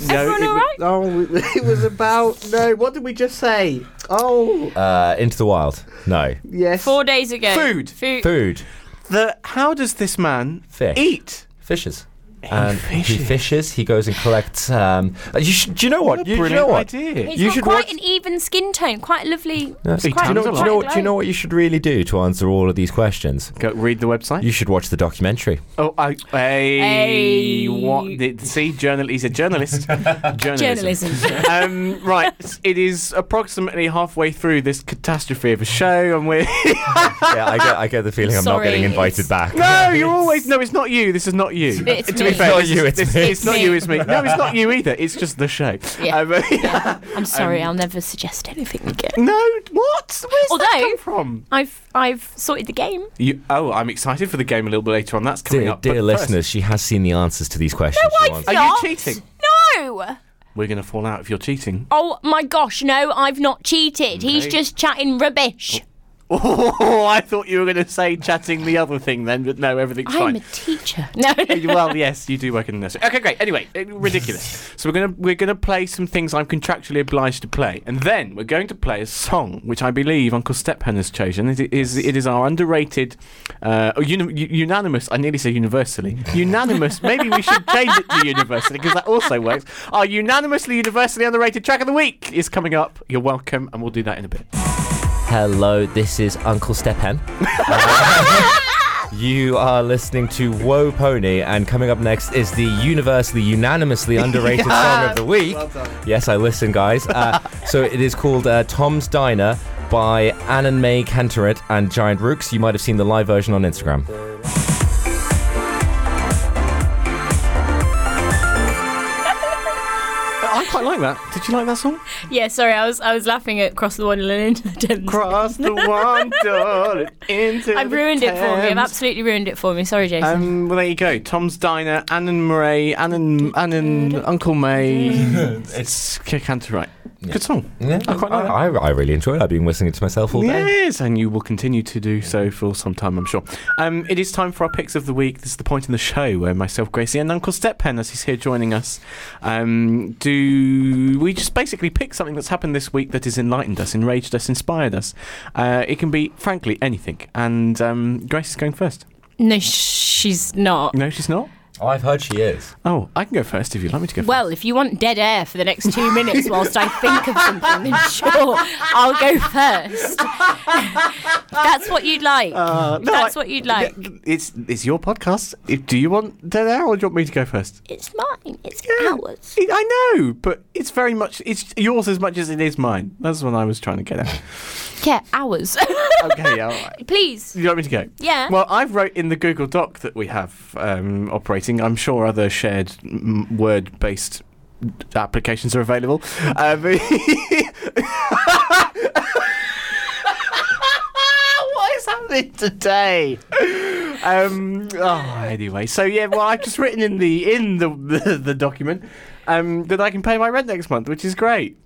[SPEAKER 2] no,
[SPEAKER 1] Everyone
[SPEAKER 2] it,
[SPEAKER 1] all right?
[SPEAKER 2] Oh,
[SPEAKER 4] It was about no. What did we just say? Oh,
[SPEAKER 3] Uh, Into the Wild. No.
[SPEAKER 4] yes.
[SPEAKER 1] Four days ago.
[SPEAKER 2] Food.
[SPEAKER 1] Food.
[SPEAKER 3] Food.
[SPEAKER 2] the, how does this man
[SPEAKER 3] Fish.
[SPEAKER 2] eat?
[SPEAKER 3] Fishes. He he
[SPEAKER 2] fishes.
[SPEAKER 3] fishes. He goes and collects. Um, uh, you should, do you know what? You, do you
[SPEAKER 2] Brilliant
[SPEAKER 3] know what?
[SPEAKER 2] idea.
[SPEAKER 1] He's
[SPEAKER 3] You
[SPEAKER 1] got
[SPEAKER 3] should
[SPEAKER 1] quite
[SPEAKER 3] watch-
[SPEAKER 1] an even skin tone. Quite lovely.
[SPEAKER 3] Yes.
[SPEAKER 2] He
[SPEAKER 3] Do you know,
[SPEAKER 2] tons of
[SPEAKER 3] do you know,
[SPEAKER 1] light.
[SPEAKER 3] do you know what you should really do to answer all of these questions?
[SPEAKER 2] Go read the website.
[SPEAKER 3] You should watch the documentary.
[SPEAKER 2] oh, I, hey,
[SPEAKER 1] Hey.
[SPEAKER 2] what? Did, see, journal. He's a journalist. Journalism.
[SPEAKER 1] Journalism.
[SPEAKER 2] um, right, it is approximately halfway through this catastrophe of a show, and we're
[SPEAKER 3] yeah, I get, I get the feeling I'm
[SPEAKER 1] Sorry,
[SPEAKER 3] not getting invited
[SPEAKER 1] it's-
[SPEAKER 3] back.
[SPEAKER 2] no, you're always no. It's not you. This is not you.
[SPEAKER 1] It's
[SPEAKER 2] to be
[SPEAKER 1] me.
[SPEAKER 2] fair,
[SPEAKER 3] It's not
[SPEAKER 2] this
[SPEAKER 3] you,
[SPEAKER 2] is-
[SPEAKER 3] it's
[SPEAKER 2] this-
[SPEAKER 3] me.
[SPEAKER 2] It's not
[SPEAKER 1] It's
[SPEAKER 2] you.
[SPEAKER 1] me.
[SPEAKER 2] It's me. No, it's not you either. It's just the show.
[SPEAKER 1] Yeah.
[SPEAKER 2] Um,
[SPEAKER 1] I'm sorry. I'll never suggest anything again.
[SPEAKER 2] no, what? Where's that
[SPEAKER 1] Although-
[SPEAKER 2] come from?
[SPEAKER 1] I've I've sorted the game.
[SPEAKER 2] You, oh, I'm excited for the game a little bit later on. That's coming
[SPEAKER 3] Dear,
[SPEAKER 2] up. but
[SPEAKER 3] dear
[SPEAKER 2] first-
[SPEAKER 3] listeners, she has seen the answers to these questions. she wants.
[SPEAKER 2] Are you
[SPEAKER 1] Not.
[SPEAKER 2] cheating?
[SPEAKER 1] No.
[SPEAKER 2] we're going to fall out if you're cheating.
[SPEAKER 1] Oh my gosh, no, I've not cheated. He's
[SPEAKER 2] Okay.
[SPEAKER 1] just chatting rubbish.
[SPEAKER 2] Oh, I thought you were going to say chatting the other thing then, but no, everything's
[SPEAKER 1] I'm
[SPEAKER 2] Oh, fine.
[SPEAKER 1] a teacher. No.
[SPEAKER 2] well, yes, you do work in the nursery. Okay, great. Anyway, it- ridiculous. so we're gonna we're gonna play some things I'm contractually obliged to play, and then we're going to play a song which I believe Uncle Stephen has chosen. It is it is our underrated, uh, oh, uni- u- unanimous. I nearly said universally unanimous. Maybe we should change it to universally because that also works. Our unanimously universally underrated track of the week is coming up. You're welcome, and we'll do that in a bit.
[SPEAKER 3] Hello, this is Uncle Stepan. you are listening to Woe Pony, and coming up next is the universally, unanimously underrated song of the week. Yes, I listen, guys. Uh, so it is called uh, Tom's Diner by Anne and May Cantoret and Giant Rooks. You might have seen the live version on Instagram.
[SPEAKER 2] I quite like that. Did you like that song?
[SPEAKER 1] yeah, sorry, I was I was laughing at cross the water and into the Thames.
[SPEAKER 2] Cross the water into.
[SPEAKER 1] I've
[SPEAKER 2] the
[SPEAKER 1] ruined it for me. I've
[SPEAKER 2] Thames.
[SPEAKER 1] absolutely ruined it for me. Sorry, Jason.
[SPEAKER 2] Um, well, there you go. Tom's Diner, Anne and Murray, Anne and, Anne and Uncle May. it's Canterite. Good song. I quite like
[SPEAKER 3] I, I really enjoy it. I've been listening to myself all day.
[SPEAKER 2] Yes, and you will continue to do so for some time, I'm sure. Um, it is time for our picks of the week. This is the point in the show where myself, Gracie, and Uncle Stephen, as he's here joining us, um, do we just basically pick something that's happened this week that has enlightened us, enraged us, inspired us. Uh, it can be, frankly, anything. And um, Grace is going first.
[SPEAKER 1] no, sh- she's not.
[SPEAKER 2] No, she's not.
[SPEAKER 3] Oh, I've heard she is.
[SPEAKER 2] Oh, I can go first if you'd like me to go first.
[SPEAKER 1] Well, if you want dead air for the next two minutes whilst I think of something, then sure, I'll go first. That's what you'd like.
[SPEAKER 2] Uh, no,
[SPEAKER 1] That's
[SPEAKER 2] I-
[SPEAKER 1] what you'd like.
[SPEAKER 2] Th- It's it's your podcast. If, do you want dead air, or do you want me to go first?
[SPEAKER 1] it's mine. It's ours.
[SPEAKER 2] I- I know, but it's very much it's yours as much as it is mine. That's what I was trying to get at.
[SPEAKER 1] Yeah, ours.
[SPEAKER 2] okay, all right.
[SPEAKER 1] Please.
[SPEAKER 2] Do you want me to go?
[SPEAKER 1] Yeah.
[SPEAKER 2] Well, I've wrote in the Google Doc that we have um, operating. I'm sure other shared mm, word-based applications are available. Um, what is happening today? Um, oh, anyway, so yeah, well, I've just written in the in the the, the document um, that I can pay my rent next month, which is great.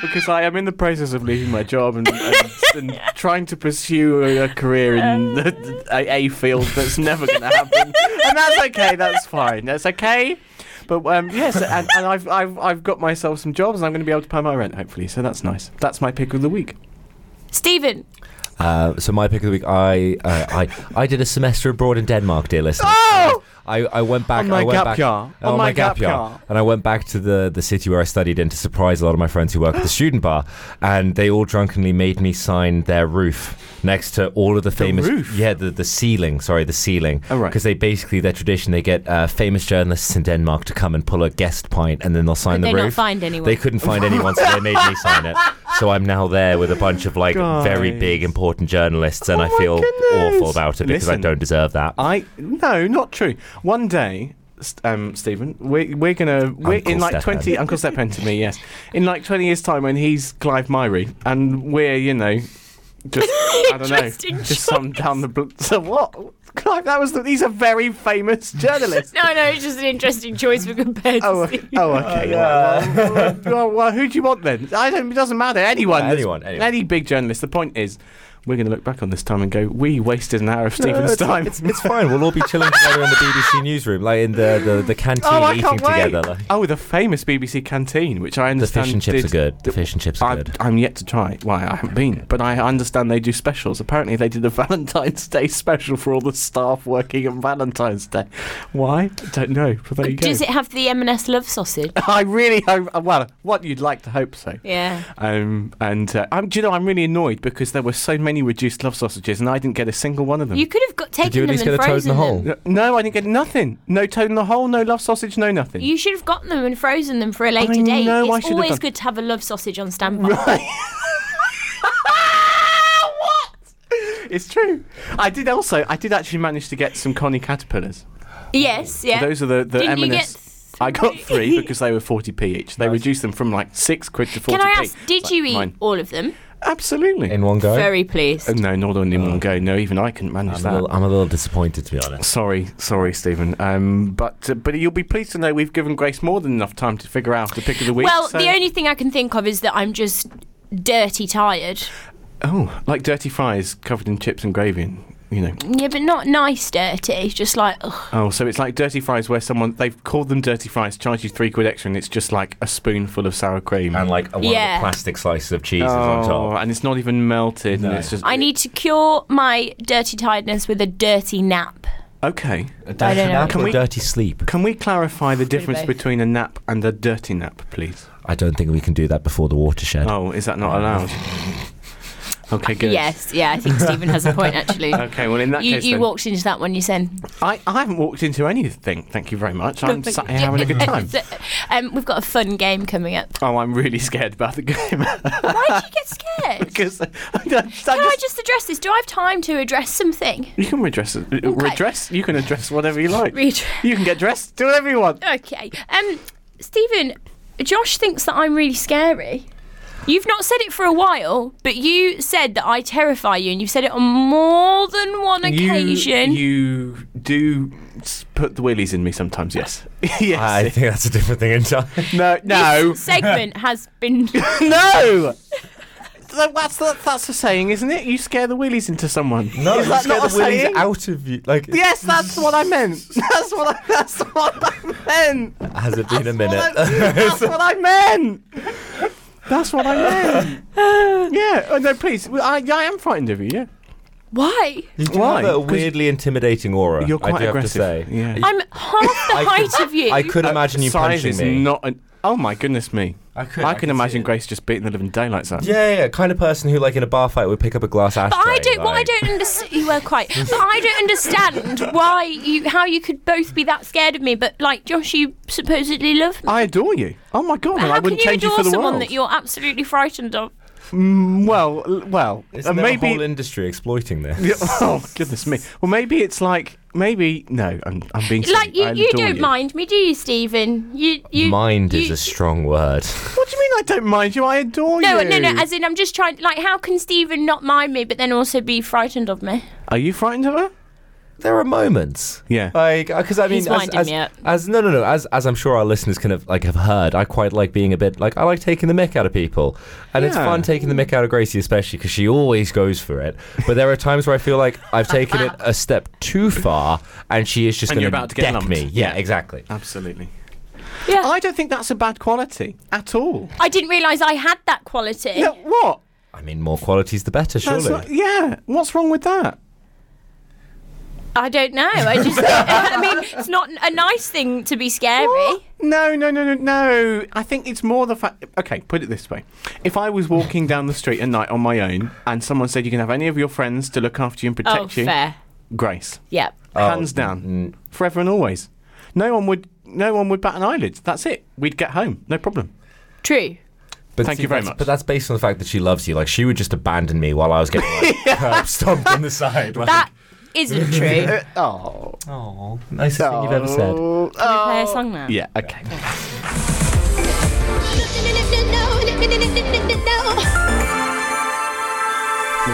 [SPEAKER 2] because I am in the process of leaving my job and, and, and trying to pursue a, a career in the, a, a field that's never going to happen, and that's okay. That's fine. That's okay. But um, yes, and, and I've, I've I've got myself some jobs, and I'm going to be able to pay my rent hopefully. So that's nice. That's my pick of the week.
[SPEAKER 1] Stephen.
[SPEAKER 3] Uh, so my pick of the week, I, uh, I I did a semester abroad in Denmark, dear listeners.
[SPEAKER 2] Oh!
[SPEAKER 3] I, I went back.
[SPEAKER 2] On Oh my
[SPEAKER 3] I went
[SPEAKER 2] gap
[SPEAKER 3] back,
[SPEAKER 2] year.
[SPEAKER 3] On,
[SPEAKER 2] On
[SPEAKER 3] my,
[SPEAKER 2] my
[SPEAKER 3] gap,
[SPEAKER 2] gap
[SPEAKER 3] year.
[SPEAKER 2] year.
[SPEAKER 3] And I went back to the, the city where I studied in to surprise a lot of my friends who work at the student bar, and they all drunkenly made me sign their roof next to all of the famous
[SPEAKER 2] roof?
[SPEAKER 3] yeah the, the ceiling sorry the ceiling
[SPEAKER 2] Oh, right.
[SPEAKER 3] because they basically their tradition they get uh, famous journalists in Denmark to come and pull a guest pint and then they'll sign
[SPEAKER 1] Could
[SPEAKER 3] the
[SPEAKER 1] they
[SPEAKER 3] roof
[SPEAKER 1] not find anyone?
[SPEAKER 3] they couldn't find anyone so they made me sign it so I'm now there with a bunch of like very
[SPEAKER 2] Guys.
[SPEAKER 3] big important journalists and
[SPEAKER 2] Oh
[SPEAKER 3] I
[SPEAKER 2] my
[SPEAKER 3] feel
[SPEAKER 2] goodness.
[SPEAKER 3] awful about it because I
[SPEAKER 2] Listen.
[SPEAKER 3] don't deserve that
[SPEAKER 2] I no, not true. One day, s- um, Stephen, we're we're gonna we're
[SPEAKER 3] Uncle
[SPEAKER 2] in like
[SPEAKER 3] Stephen.
[SPEAKER 2] twenty. Uncle Stephen to me, yes. In like twenty years' time, when he's Clive Myrie, and we're you know just I don't know,
[SPEAKER 1] Interesting
[SPEAKER 2] just some down the bl- so what? Clive, that was the, these are very famous journalists.
[SPEAKER 1] No, no, it's just an interesting choice for compared to
[SPEAKER 2] Oh, okay.
[SPEAKER 1] Steve.
[SPEAKER 2] oh, okay. well, well, well, well, who do you want then? I don't. It doesn't matter. Anyone.
[SPEAKER 3] Yeah,
[SPEAKER 2] that's-
[SPEAKER 3] anyone, anyone.
[SPEAKER 2] Any big journalist. The point is, we're going to look back on this time and go, we wasted an hour of Stephen's time.
[SPEAKER 3] It's, it's fine. We'll all be chilling together in the BBC newsroom, like in the the, the canteen
[SPEAKER 2] oh, I
[SPEAKER 3] eating
[SPEAKER 2] can't wait.
[SPEAKER 3] together. Like.
[SPEAKER 2] Oh, the famous BBC canteen, which I
[SPEAKER 3] The
[SPEAKER 2] understand.
[SPEAKER 3] fish and chips
[SPEAKER 2] did-
[SPEAKER 3] are good. The fish and chips are
[SPEAKER 2] I,
[SPEAKER 3] good.
[SPEAKER 2] I'm yet to try. Why I haven't been, but I understand they do specials. Apparently, they did a Valentine's Day special for all the staff working on Valentine's Day. Why? I don't know. But there you go.
[SPEAKER 1] Does it have the M&S love sausage?
[SPEAKER 2] I really hope. Well, what you'd like to hope so.
[SPEAKER 1] Yeah.
[SPEAKER 2] Um, and uh, I'm, do you know, I'm really annoyed because there were so many reduced love sausages, and I didn't get a single one of them.
[SPEAKER 1] You could have got taken
[SPEAKER 3] Did you at
[SPEAKER 1] them
[SPEAKER 3] least
[SPEAKER 1] and
[SPEAKER 3] get a toad in
[SPEAKER 1] frozen
[SPEAKER 3] the hole?
[SPEAKER 1] them.
[SPEAKER 2] no, I didn't get nothing. No toad in the hole. No love sausage. No nothing.
[SPEAKER 1] You should have gotten them and frozen them for a later
[SPEAKER 2] I
[SPEAKER 1] date.
[SPEAKER 2] know I
[SPEAKER 1] it's
[SPEAKER 2] should have
[SPEAKER 1] always
[SPEAKER 2] done-
[SPEAKER 1] good to have a love sausage on standby.
[SPEAKER 2] Right. what? It's true. I did also. I did actually manage to get some Connie caterpillars.
[SPEAKER 1] Yes, yeah.
[SPEAKER 2] Those are the the
[SPEAKER 1] Didn't you get
[SPEAKER 2] M&S I got three because they were forty p each. They reduced them from like six quid to forty
[SPEAKER 1] Can
[SPEAKER 2] p.
[SPEAKER 1] I ask, did you eat all of them?
[SPEAKER 2] Absolutely.
[SPEAKER 3] In one go.
[SPEAKER 1] Very pleased.
[SPEAKER 2] Uh, no, not on in one go. No, even I couldn't manage
[SPEAKER 3] I'm, a
[SPEAKER 2] that.
[SPEAKER 3] little, I'm a little disappointed, to be honest.
[SPEAKER 2] Sorry, sorry, Stephen. Um, but uh, but you'll be pleased to know we've given Grace more than enough time to figure out the pick of the week.
[SPEAKER 1] well,
[SPEAKER 2] so-
[SPEAKER 1] the only thing I can think of is that I'm just dirty tired.
[SPEAKER 2] oh, like dirty fries covered in chips and gravy, and, you know.
[SPEAKER 1] Yeah, but not nice dirty. Just like, ugh.
[SPEAKER 2] Oh, so it's like dirty fries where someone they've called them dirty fries, charged you three quid extra, and it's just like a spoonful of sour cream.
[SPEAKER 3] And like a, one
[SPEAKER 1] Yeah.
[SPEAKER 3] of the plastic slices of cheese is on
[SPEAKER 2] oh,
[SPEAKER 3] top.
[SPEAKER 2] and it's not even melted,
[SPEAKER 3] No.
[SPEAKER 2] and it's just.
[SPEAKER 1] I need to cure my dirty tiredness with a dirty nap.
[SPEAKER 2] Okay,
[SPEAKER 3] A
[SPEAKER 1] I don't
[SPEAKER 3] dirty
[SPEAKER 1] know.
[SPEAKER 3] nap
[SPEAKER 2] Can
[SPEAKER 3] or
[SPEAKER 2] we-
[SPEAKER 3] dirty sleep?
[SPEAKER 2] can we clarify the difference
[SPEAKER 1] both.
[SPEAKER 2] between a nap and a dirty nap, please?
[SPEAKER 3] I don't think we can do that before the watershed.
[SPEAKER 2] Oh, is that not allowed? Okay, good.
[SPEAKER 1] Yes, yeah, I think Stephen has a point actually.
[SPEAKER 2] Okay, well in that
[SPEAKER 1] You,
[SPEAKER 2] case,
[SPEAKER 1] you
[SPEAKER 2] then-
[SPEAKER 1] walked into that one, you said.
[SPEAKER 2] I, I haven't walked into anything. Thank you very much. I'm sat here having a good time.
[SPEAKER 1] um, we've got a fun game coming up.
[SPEAKER 2] Oh, I'm really scared about the game
[SPEAKER 1] Why do you get scared?
[SPEAKER 2] because I, I just,
[SPEAKER 1] Can I just address this? Do I have time to address something?
[SPEAKER 2] you can redress it. Redress. You can address whatever you like.
[SPEAKER 1] Read.
[SPEAKER 2] You can get dressed. Do whatever you want.
[SPEAKER 1] Okay. Um, Stephen, Josh thinks that I'm really scary. You've not said it for a while, but you said that I terrify you, and you've said it on more than one occasion.
[SPEAKER 2] You, you do s- put the wheelies in me sometimes. Yes. yes.
[SPEAKER 3] I think that's a different thing entirely.
[SPEAKER 2] no. No.
[SPEAKER 1] This segment has been.
[SPEAKER 2] no. Th- That's the, that's a saying, isn't it? You scare the wheelies into someone.
[SPEAKER 3] No,
[SPEAKER 2] Is that
[SPEAKER 3] scare
[SPEAKER 2] not
[SPEAKER 3] the
[SPEAKER 2] a
[SPEAKER 3] willies
[SPEAKER 2] saying?
[SPEAKER 3] out of you. Like,
[SPEAKER 2] Yes, that's what I meant. That's what I, that's what I meant.
[SPEAKER 3] has it been a
[SPEAKER 2] Well,
[SPEAKER 3] minute?
[SPEAKER 2] that- that's what I meant. That's what I meant. yeah. Oh, no, please. Well, I, I am frightened of you. Yeah.
[SPEAKER 1] Why?
[SPEAKER 3] You do
[SPEAKER 2] Why?
[SPEAKER 3] have a
[SPEAKER 2] 'Cause
[SPEAKER 3] weirdly intimidating aura.
[SPEAKER 2] You're
[SPEAKER 3] I
[SPEAKER 2] quite
[SPEAKER 3] do have
[SPEAKER 2] aggressive.
[SPEAKER 3] to say.
[SPEAKER 2] Yeah.
[SPEAKER 3] You-
[SPEAKER 1] I'm half the
[SPEAKER 3] I
[SPEAKER 1] height
[SPEAKER 3] could-
[SPEAKER 1] of you.
[SPEAKER 3] I could imagine you
[SPEAKER 2] Size
[SPEAKER 3] punching
[SPEAKER 2] is
[SPEAKER 3] me.
[SPEAKER 2] not an. Oh my goodness me.
[SPEAKER 3] I could.
[SPEAKER 2] I can imagine
[SPEAKER 3] see it.
[SPEAKER 2] Grace just beating the living daylights out. of you.
[SPEAKER 3] Yeah, yeah, yeah, kind of person who, like, in a bar fight, would pick up a glass ashtray.
[SPEAKER 1] But I don't. What I
[SPEAKER 3] like-
[SPEAKER 1] don't understand. You were quite. But I don't understand why you, how you could both be that scared of me. But like Josh, you supposedly love me.
[SPEAKER 2] I adore you. Oh my god, and
[SPEAKER 1] how
[SPEAKER 2] I wouldn't
[SPEAKER 1] can you
[SPEAKER 2] change you
[SPEAKER 1] adore
[SPEAKER 2] for the
[SPEAKER 1] someone
[SPEAKER 2] world.
[SPEAKER 1] that you're absolutely frightened of?
[SPEAKER 2] Mm, well, l- well,
[SPEAKER 3] Isn't
[SPEAKER 2] uh,
[SPEAKER 3] there a whole
[SPEAKER 2] maybe.
[SPEAKER 3] industry exploiting this?
[SPEAKER 2] Yeah, oh goodness me. Well, maybe it's like maybe no. I'm, I'm being
[SPEAKER 1] Like
[SPEAKER 2] silly.
[SPEAKER 1] you,
[SPEAKER 2] I
[SPEAKER 1] you
[SPEAKER 2] adore
[SPEAKER 1] don't mind me, do you, Stephen? You, you
[SPEAKER 3] Mind is
[SPEAKER 1] you-
[SPEAKER 3] a strong word.
[SPEAKER 2] What do you mean? I don't mind you. I adore
[SPEAKER 1] No,
[SPEAKER 2] you.
[SPEAKER 1] no, no. As in, I'm just trying. Like, how can Stephen not mind me, but then also be frightened of me?
[SPEAKER 2] Are you frightened of her?
[SPEAKER 3] there are moments.
[SPEAKER 2] Yeah.
[SPEAKER 3] Like, because I mean,
[SPEAKER 1] He's
[SPEAKER 3] as,
[SPEAKER 1] winding
[SPEAKER 3] as,
[SPEAKER 1] me up.
[SPEAKER 3] as no, no, no, as as I'm sure our listeners kind of like have heard, I quite like being a bit like I like taking the mick out of people, and it's
[SPEAKER 2] Yeah.
[SPEAKER 3] fun taking the mick out of Gracie, especially because she always goes for it. But there are times where I feel like I've taken it a step too far, and she is just
[SPEAKER 2] And
[SPEAKER 3] going
[SPEAKER 2] you're about to get
[SPEAKER 3] deck
[SPEAKER 2] lumped.
[SPEAKER 3] me.
[SPEAKER 2] Yeah.
[SPEAKER 3] Yeah, exactly.
[SPEAKER 2] Absolutely.
[SPEAKER 1] Yeah. I,
[SPEAKER 2] I don't think that's a bad quality at all.
[SPEAKER 1] didn't realise I had that quality.
[SPEAKER 2] No, what?
[SPEAKER 3] I mean, more quality's the better,
[SPEAKER 2] That's
[SPEAKER 3] surely.
[SPEAKER 2] not- yeah. What's wrong with that?
[SPEAKER 1] I don't know. I just. I mean, it's not a nice thing to be scary.
[SPEAKER 2] No, no, no, no, no. I think it's more the fact. Okay, put it this way: if I was walking down the street at night on my own, and someone said you can have any of your friends to look after you and protect
[SPEAKER 1] Oh,
[SPEAKER 2] you,
[SPEAKER 1] fair.
[SPEAKER 2] Grace,
[SPEAKER 1] Yep.
[SPEAKER 3] Oh,
[SPEAKER 2] hands down,
[SPEAKER 3] mm,
[SPEAKER 2] forever and always. No one would. No one would bat an eyelid. That's it. We'd get home. No problem.
[SPEAKER 1] True.
[SPEAKER 3] But
[SPEAKER 2] Thank you very
[SPEAKER 3] that's-
[SPEAKER 2] much.
[SPEAKER 3] But that's based on the fact that she loves you. Like she would just abandon me while I was getting like, curb stomped on the side. Like,
[SPEAKER 1] That isn't true. Can we
[SPEAKER 2] Oh,
[SPEAKER 3] oh, nicest thing you've ever said.
[SPEAKER 1] play a song now?
[SPEAKER 2] Yeah. Okay. It'd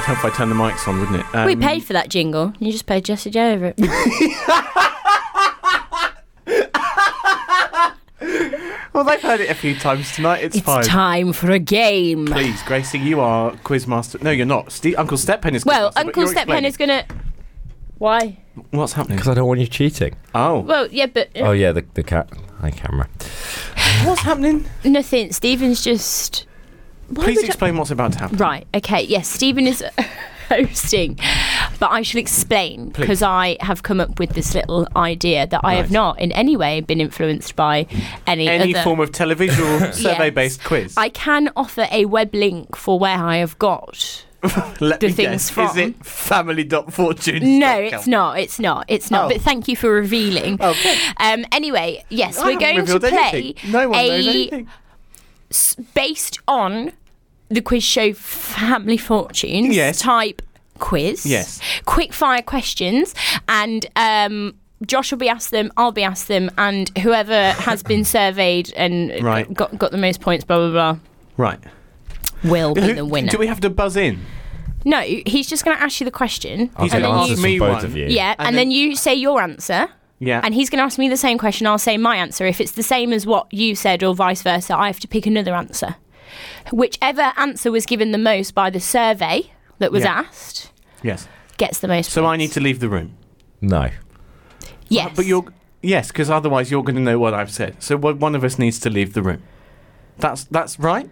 [SPEAKER 2] help if I turn the mics on, wouldn't it? Um,
[SPEAKER 1] we paid for that jingle. You just paid Jesse J over it.
[SPEAKER 2] Well, they've heard it a few times tonight. It's,
[SPEAKER 1] it's
[SPEAKER 2] fine.
[SPEAKER 1] time for a game.
[SPEAKER 2] Please, Gracie, you are quizmaster. No, you're not. Ste Uncle Stephen is.
[SPEAKER 1] Well,
[SPEAKER 2] quizmaster, but
[SPEAKER 1] Uncle
[SPEAKER 2] you're
[SPEAKER 1] Stephen
[SPEAKER 2] explaining.
[SPEAKER 1] is gonna. Why?
[SPEAKER 2] What's happening?
[SPEAKER 3] Because I don't want you cheating.
[SPEAKER 2] Oh,
[SPEAKER 1] Well, yeah, but
[SPEAKER 3] Oh yeah, the the cat. Hi, camera.
[SPEAKER 2] what's happening?
[SPEAKER 1] nothing. Stephen's just
[SPEAKER 2] Please
[SPEAKER 1] would I-
[SPEAKER 2] explain what's about to happen.
[SPEAKER 1] right. Okay, yes, Stephen is hosting, but I shall explain because I have come up with this little idea that I have
[SPEAKER 2] Right.
[SPEAKER 1] not in any way been influenced by any
[SPEAKER 2] Any
[SPEAKER 1] other.
[SPEAKER 2] form of televisual survey-based quiz.
[SPEAKER 1] I can offer a web link for where I have got.
[SPEAKER 2] Let
[SPEAKER 1] the
[SPEAKER 2] me
[SPEAKER 1] things
[SPEAKER 2] guess. Is
[SPEAKER 1] from-
[SPEAKER 2] it family.fortune?
[SPEAKER 1] No, it's not. It's not. It's not.
[SPEAKER 2] Oh.
[SPEAKER 1] But thank you for revealing.
[SPEAKER 2] Okay.
[SPEAKER 1] Um, anyway, yes,
[SPEAKER 2] I
[SPEAKER 1] we're
[SPEAKER 2] haven't
[SPEAKER 1] going to
[SPEAKER 2] revealed
[SPEAKER 1] play
[SPEAKER 2] anything. No one
[SPEAKER 1] a
[SPEAKER 2] knows anything.
[SPEAKER 1] s- based on the quiz show Family Fortunes
[SPEAKER 2] Yes.
[SPEAKER 1] type quiz.
[SPEAKER 2] Yes.
[SPEAKER 1] Quick fire questions and um Josh will be asked them, I'll be asked them, and whoever has been surveyed and
[SPEAKER 2] Right.
[SPEAKER 1] got got the most points, blah blah
[SPEAKER 2] Right.
[SPEAKER 1] blah, will be
[SPEAKER 2] Who-
[SPEAKER 1] the winner.
[SPEAKER 2] Do we have to buzz in?
[SPEAKER 1] no, he's just going to ask you the question,
[SPEAKER 3] I'll
[SPEAKER 2] And
[SPEAKER 3] take
[SPEAKER 2] then you-
[SPEAKER 3] answers
[SPEAKER 2] Me
[SPEAKER 3] from both
[SPEAKER 2] one.
[SPEAKER 3] of you.
[SPEAKER 1] yeah, and,
[SPEAKER 2] then-
[SPEAKER 1] then, you say your answer,
[SPEAKER 2] Yeah.
[SPEAKER 1] and he's going to ask me the same question. I'll say my answer. If it's the same as what you said, or vice versa, I have to pick another answer. Whichever answer was given the most by the survey that was
[SPEAKER 2] Yeah.
[SPEAKER 1] asked
[SPEAKER 2] yes.
[SPEAKER 1] gets the most.
[SPEAKER 2] So I
[SPEAKER 1] points.
[SPEAKER 2] need to leave the room.
[SPEAKER 3] No.
[SPEAKER 1] Yes,
[SPEAKER 2] But you're yes, because otherwise you're going to know what I've said. So one one of us needs to leave the room. That's that's right.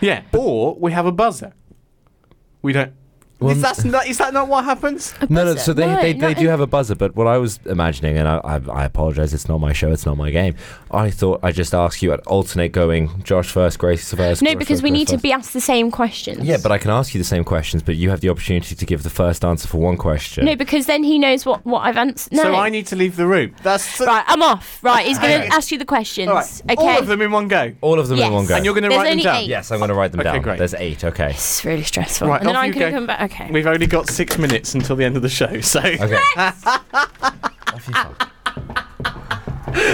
[SPEAKER 2] Yeah. Or we have a buzzer. We don't.
[SPEAKER 3] Well,
[SPEAKER 2] is, that not, is that not what happens?
[SPEAKER 3] No, no.
[SPEAKER 1] buzzer.
[SPEAKER 3] So they,
[SPEAKER 1] No,
[SPEAKER 3] they,
[SPEAKER 1] no,
[SPEAKER 3] they do
[SPEAKER 1] it-
[SPEAKER 3] have a buzzer, but what I was imagining, and I, I, I apologize, it's not my show, it's not my game. I thought I'd just ask you at alternate going, Josh first, Grace first.
[SPEAKER 1] no,
[SPEAKER 3] Josh
[SPEAKER 1] because
[SPEAKER 3] first,
[SPEAKER 1] we
[SPEAKER 3] Grace
[SPEAKER 1] need to
[SPEAKER 3] first.
[SPEAKER 1] be asked the same questions.
[SPEAKER 3] Yeah, but I can ask you the same questions, but you have the opportunity to give the first answer for one question.
[SPEAKER 1] no, because then he knows what what I've answered. No,
[SPEAKER 2] So I need to leave the room. That's
[SPEAKER 1] right. I'm off. Right, he's going
[SPEAKER 2] Okay.
[SPEAKER 1] to ask you the questions.
[SPEAKER 2] All right.
[SPEAKER 1] Okay,
[SPEAKER 2] All of them in one go.
[SPEAKER 3] All of them
[SPEAKER 1] Yes.
[SPEAKER 3] in one go.
[SPEAKER 2] And you're going to
[SPEAKER 1] There's
[SPEAKER 2] write them
[SPEAKER 1] only
[SPEAKER 2] down.
[SPEAKER 1] eight.
[SPEAKER 3] yes, I'm going to write them
[SPEAKER 2] Okay,
[SPEAKER 3] down.
[SPEAKER 2] great.
[SPEAKER 3] There's eight. Okay.
[SPEAKER 1] it's really stressful.
[SPEAKER 2] Right,
[SPEAKER 1] and then
[SPEAKER 2] off
[SPEAKER 1] I'm
[SPEAKER 2] you
[SPEAKER 1] going to
[SPEAKER 2] go.
[SPEAKER 1] come back. Okay.
[SPEAKER 2] We've only got six minutes until the end of the show, so
[SPEAKER 3] Okay.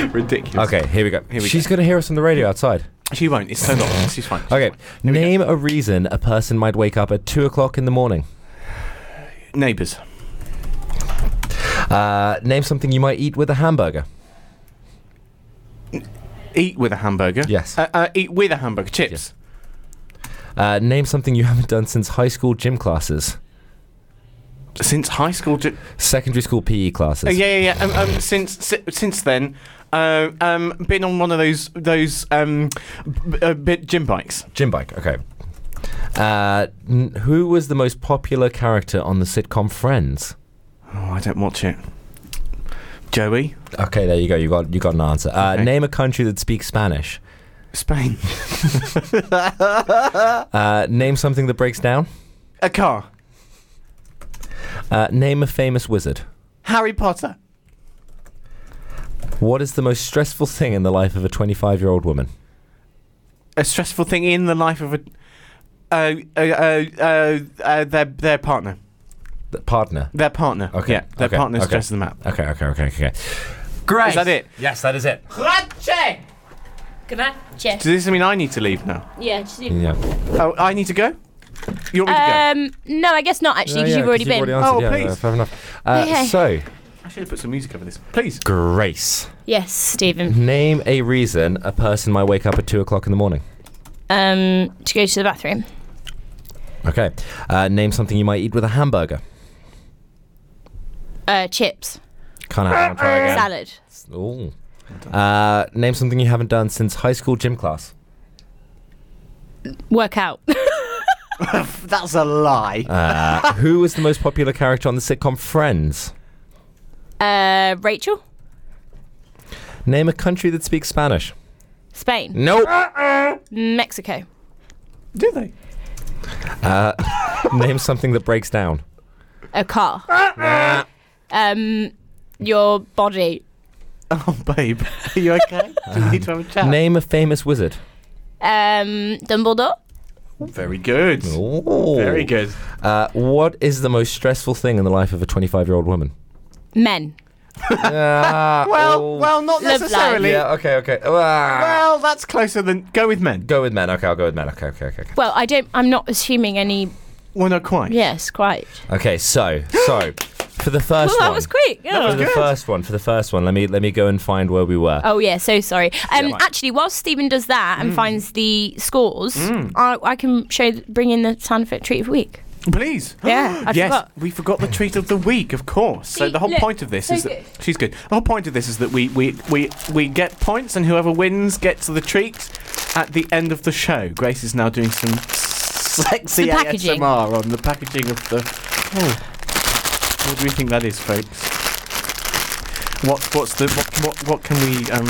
[SPEAKER 2] ridiculous.
[SPEAKER 3] okay. Here we go.
[SPEAKER 2] Here we
[SPEAKER 3] She's going to hear us on the radio outside.
[SPEAKER 2] She won't. It's so long. She's fine.
[SPEAKER 3] Okay. Name a reason a person might wake up at two o'clock in the morning.
[SPEAKER 2] Neighbours.
[SPEAKER 3] Uh, name something you might eat with a hamburger.
[SPEAKER 2] Eat with a hamburger.
[SPEAKER 3] Yes.
[SPEAKER 2] Uh, uh, eat with a hamburger. Chips.
[SPEAKER 3] Uh, name something you haven't done since high school gym classes,
[SPEAKER 2] Since high school. Ju-
[SPEAKER 3] secondary school PE classes.
[SPEAKER 2] Uh, yeah, yeah, yeah. Um, um, since si- since then, uh, um, been on one of those those um, b- uh, bit gym bikes.
[SPEAKER 3] Gym bike. Okay. Uh, n- who was the most popular character on the sitcom Friends?
[SPEAKER 2] Oh, I don't watch it. Joey,
[SPEAKER 3] Okay, there you go. You got you got an answer. Uh,
[SPEAKER 2] Okay.
[SPEAKER 3] Name a country that speaks Spanish.
[SPEAKER 2] Spain,
[SPEAKER 3] Uh, name something that breaks down.
[SPEAKER 2] a car,
[SPEAKER 3] Uh, name a famous wizard.
[SPEAKER 2] Harry Potter,
[SPEAKER 3] What is the most stressful thing in the life of a 25 year old woman?
[SPEAKER 2] a stressful thing in the life of a uh, uh, uh, uh, uh, their their partner,
[SPEAKER 3] The partner.
[SPEAKER 2] their partner.
[SPEAKER 3] Okay,
[SPEAKER 2] yeah, their
[SPEAKER 3] okay,
[SPEAKER 2] partner
[SPEAKER 3] okay.
[SPEAKER 2] stresses them out.
[SPEAKER 3] Okay, okay, okay, okay.
[SPEAKER 2] Great. Is that it?
[SPEAKER 3] Yes, that is it.
[SPEAKER 1] Grazie.
[SPEAKER 2] Does this mean I need to leave now?
[SPEAKER 1] Yeah. just-
[SPEAKER 3] Yeah.
[SPEAKER 2] Oh, I need to go. You want me to go?
[SPEAKER 1] Um. No, I guess not actually, because you've already been.
[SPEAKER 2] Oh,
[SPEAKER 3] yeah,
[SPEAKER 2] please.
[SPEAKER 3] yeah, fair enough. Uh,
[SPEAKER 1] Okay.
[SPEAKER 3] So,
[SPEAKER 2] I should have put some music over this. Please.
[SPEAKER 3] Grace,
[SPEAKER 1] yes, Stephen.
[SPEAKER 3] name a reason a person might wake up at two o'clock in the morning.
[SPEAKER 1] um, to go to the bathroom.
[SPEAKER 3] Okay. Uh, name something you might eat with a hamburger.
[SPEAKER 1] Uh, chips,
[SPEAKER 3] Can't have one. Try again.
[SPEAKER 1] salad,
[SPEAKER 3] Ooh. Uh, name something you haven't done since high school gym class.
[SPEAKER 1] workout.
[SPEAKER 2] That's a lie.
[SPEAKER 3] Uh, who was the most popular character on the sitcom Friends?
[SPEAKER 1] uh, Rachel,
[SPEAKER 3] Name a country that speaks Spanish.
[SPEAKER 1] Spain,
[SPEAKER 3] Nope.
[SPEAKER 1] Mm. Mexico,
[SPEAKER 2] Do they?
[SPEAKER 3] Name something that breaks down.
[SPEAKER 1] a car. ah. um, your body.
[SPEAKER 2] Oh, babe, are you okay? Do we need to have a chat?
[SPEAKER 3] Name a famous wizard.
[SPEAKER 1] Um, Dumbledore.
[SPEAKER 2] Very good.
[SPEAKER 3] Oh.
[SPEAKER 2] Very good.
[SPEAKER 3] Uh, what is the most stressful thing in the life of a 25 year old woman?
[SPEAKER 1] Men. Ah,
[SPEAKER 2] Well, well, not
[SPEAKER 1] Love
[SPEAKER 2] necessarily.
[SPEAKER 3] Oh. Yeah, okay, okay. Ah.
[SPEAKER 2] Well, that's closer than go with men.
[SPEAKER 3] Go with men. Okay, I'll go with men. Okay, okay, okay. okay.
[SPEAKER 1] Well, I don't. I'm not assuming any
[SPEAKER 2] Well, no, quite.
[SPEAKER 1] Yes, quite.
[SPEAKER 3] Okay, so so for the first
[SPEAKER 1] well, that
[SPEAKER 3] one,
[SPEAKER 1] was quick. yeah.
[SPEAKER 3] for the first one, for the first one, let me let me go and find where we were.
[SPEAKER 1] Oh yeah, Mm. so sorry. Um,
[SPEAKER 2] right.
[SPEAKER 1] Actually, whilst Stephen does that and finds the scores, I, I can show bring in the Santa Fe treat of the week.
[SPEAKER 2] Please.
[SPEAKER 1] Yeah, I
[SPEAKER 2] yes,
[SPEAKER 1] forgot.
[SPEAKER 2] we forgot the treat of the week, of course. So
[SPEAKER 1] See,
[SPEAKER 2] the whole
[SPEAKER 1] look,
[SPEAKER 2] point of this
[SPEAKER 1] so
[SPEAKER 2] is
[SPEAKER 1] good.
[SPEAKER 2] that she's good. The whole point of this is that we we we we get points, and whoever wins gets the treat at the end of the show. Grace is now doing some sexy
[SPEAKER 1] The packaging.
[SPEAKER 2] ASMR on the packaging of the. Oh, what do we think that is, folks? What what's the what what, what can we um.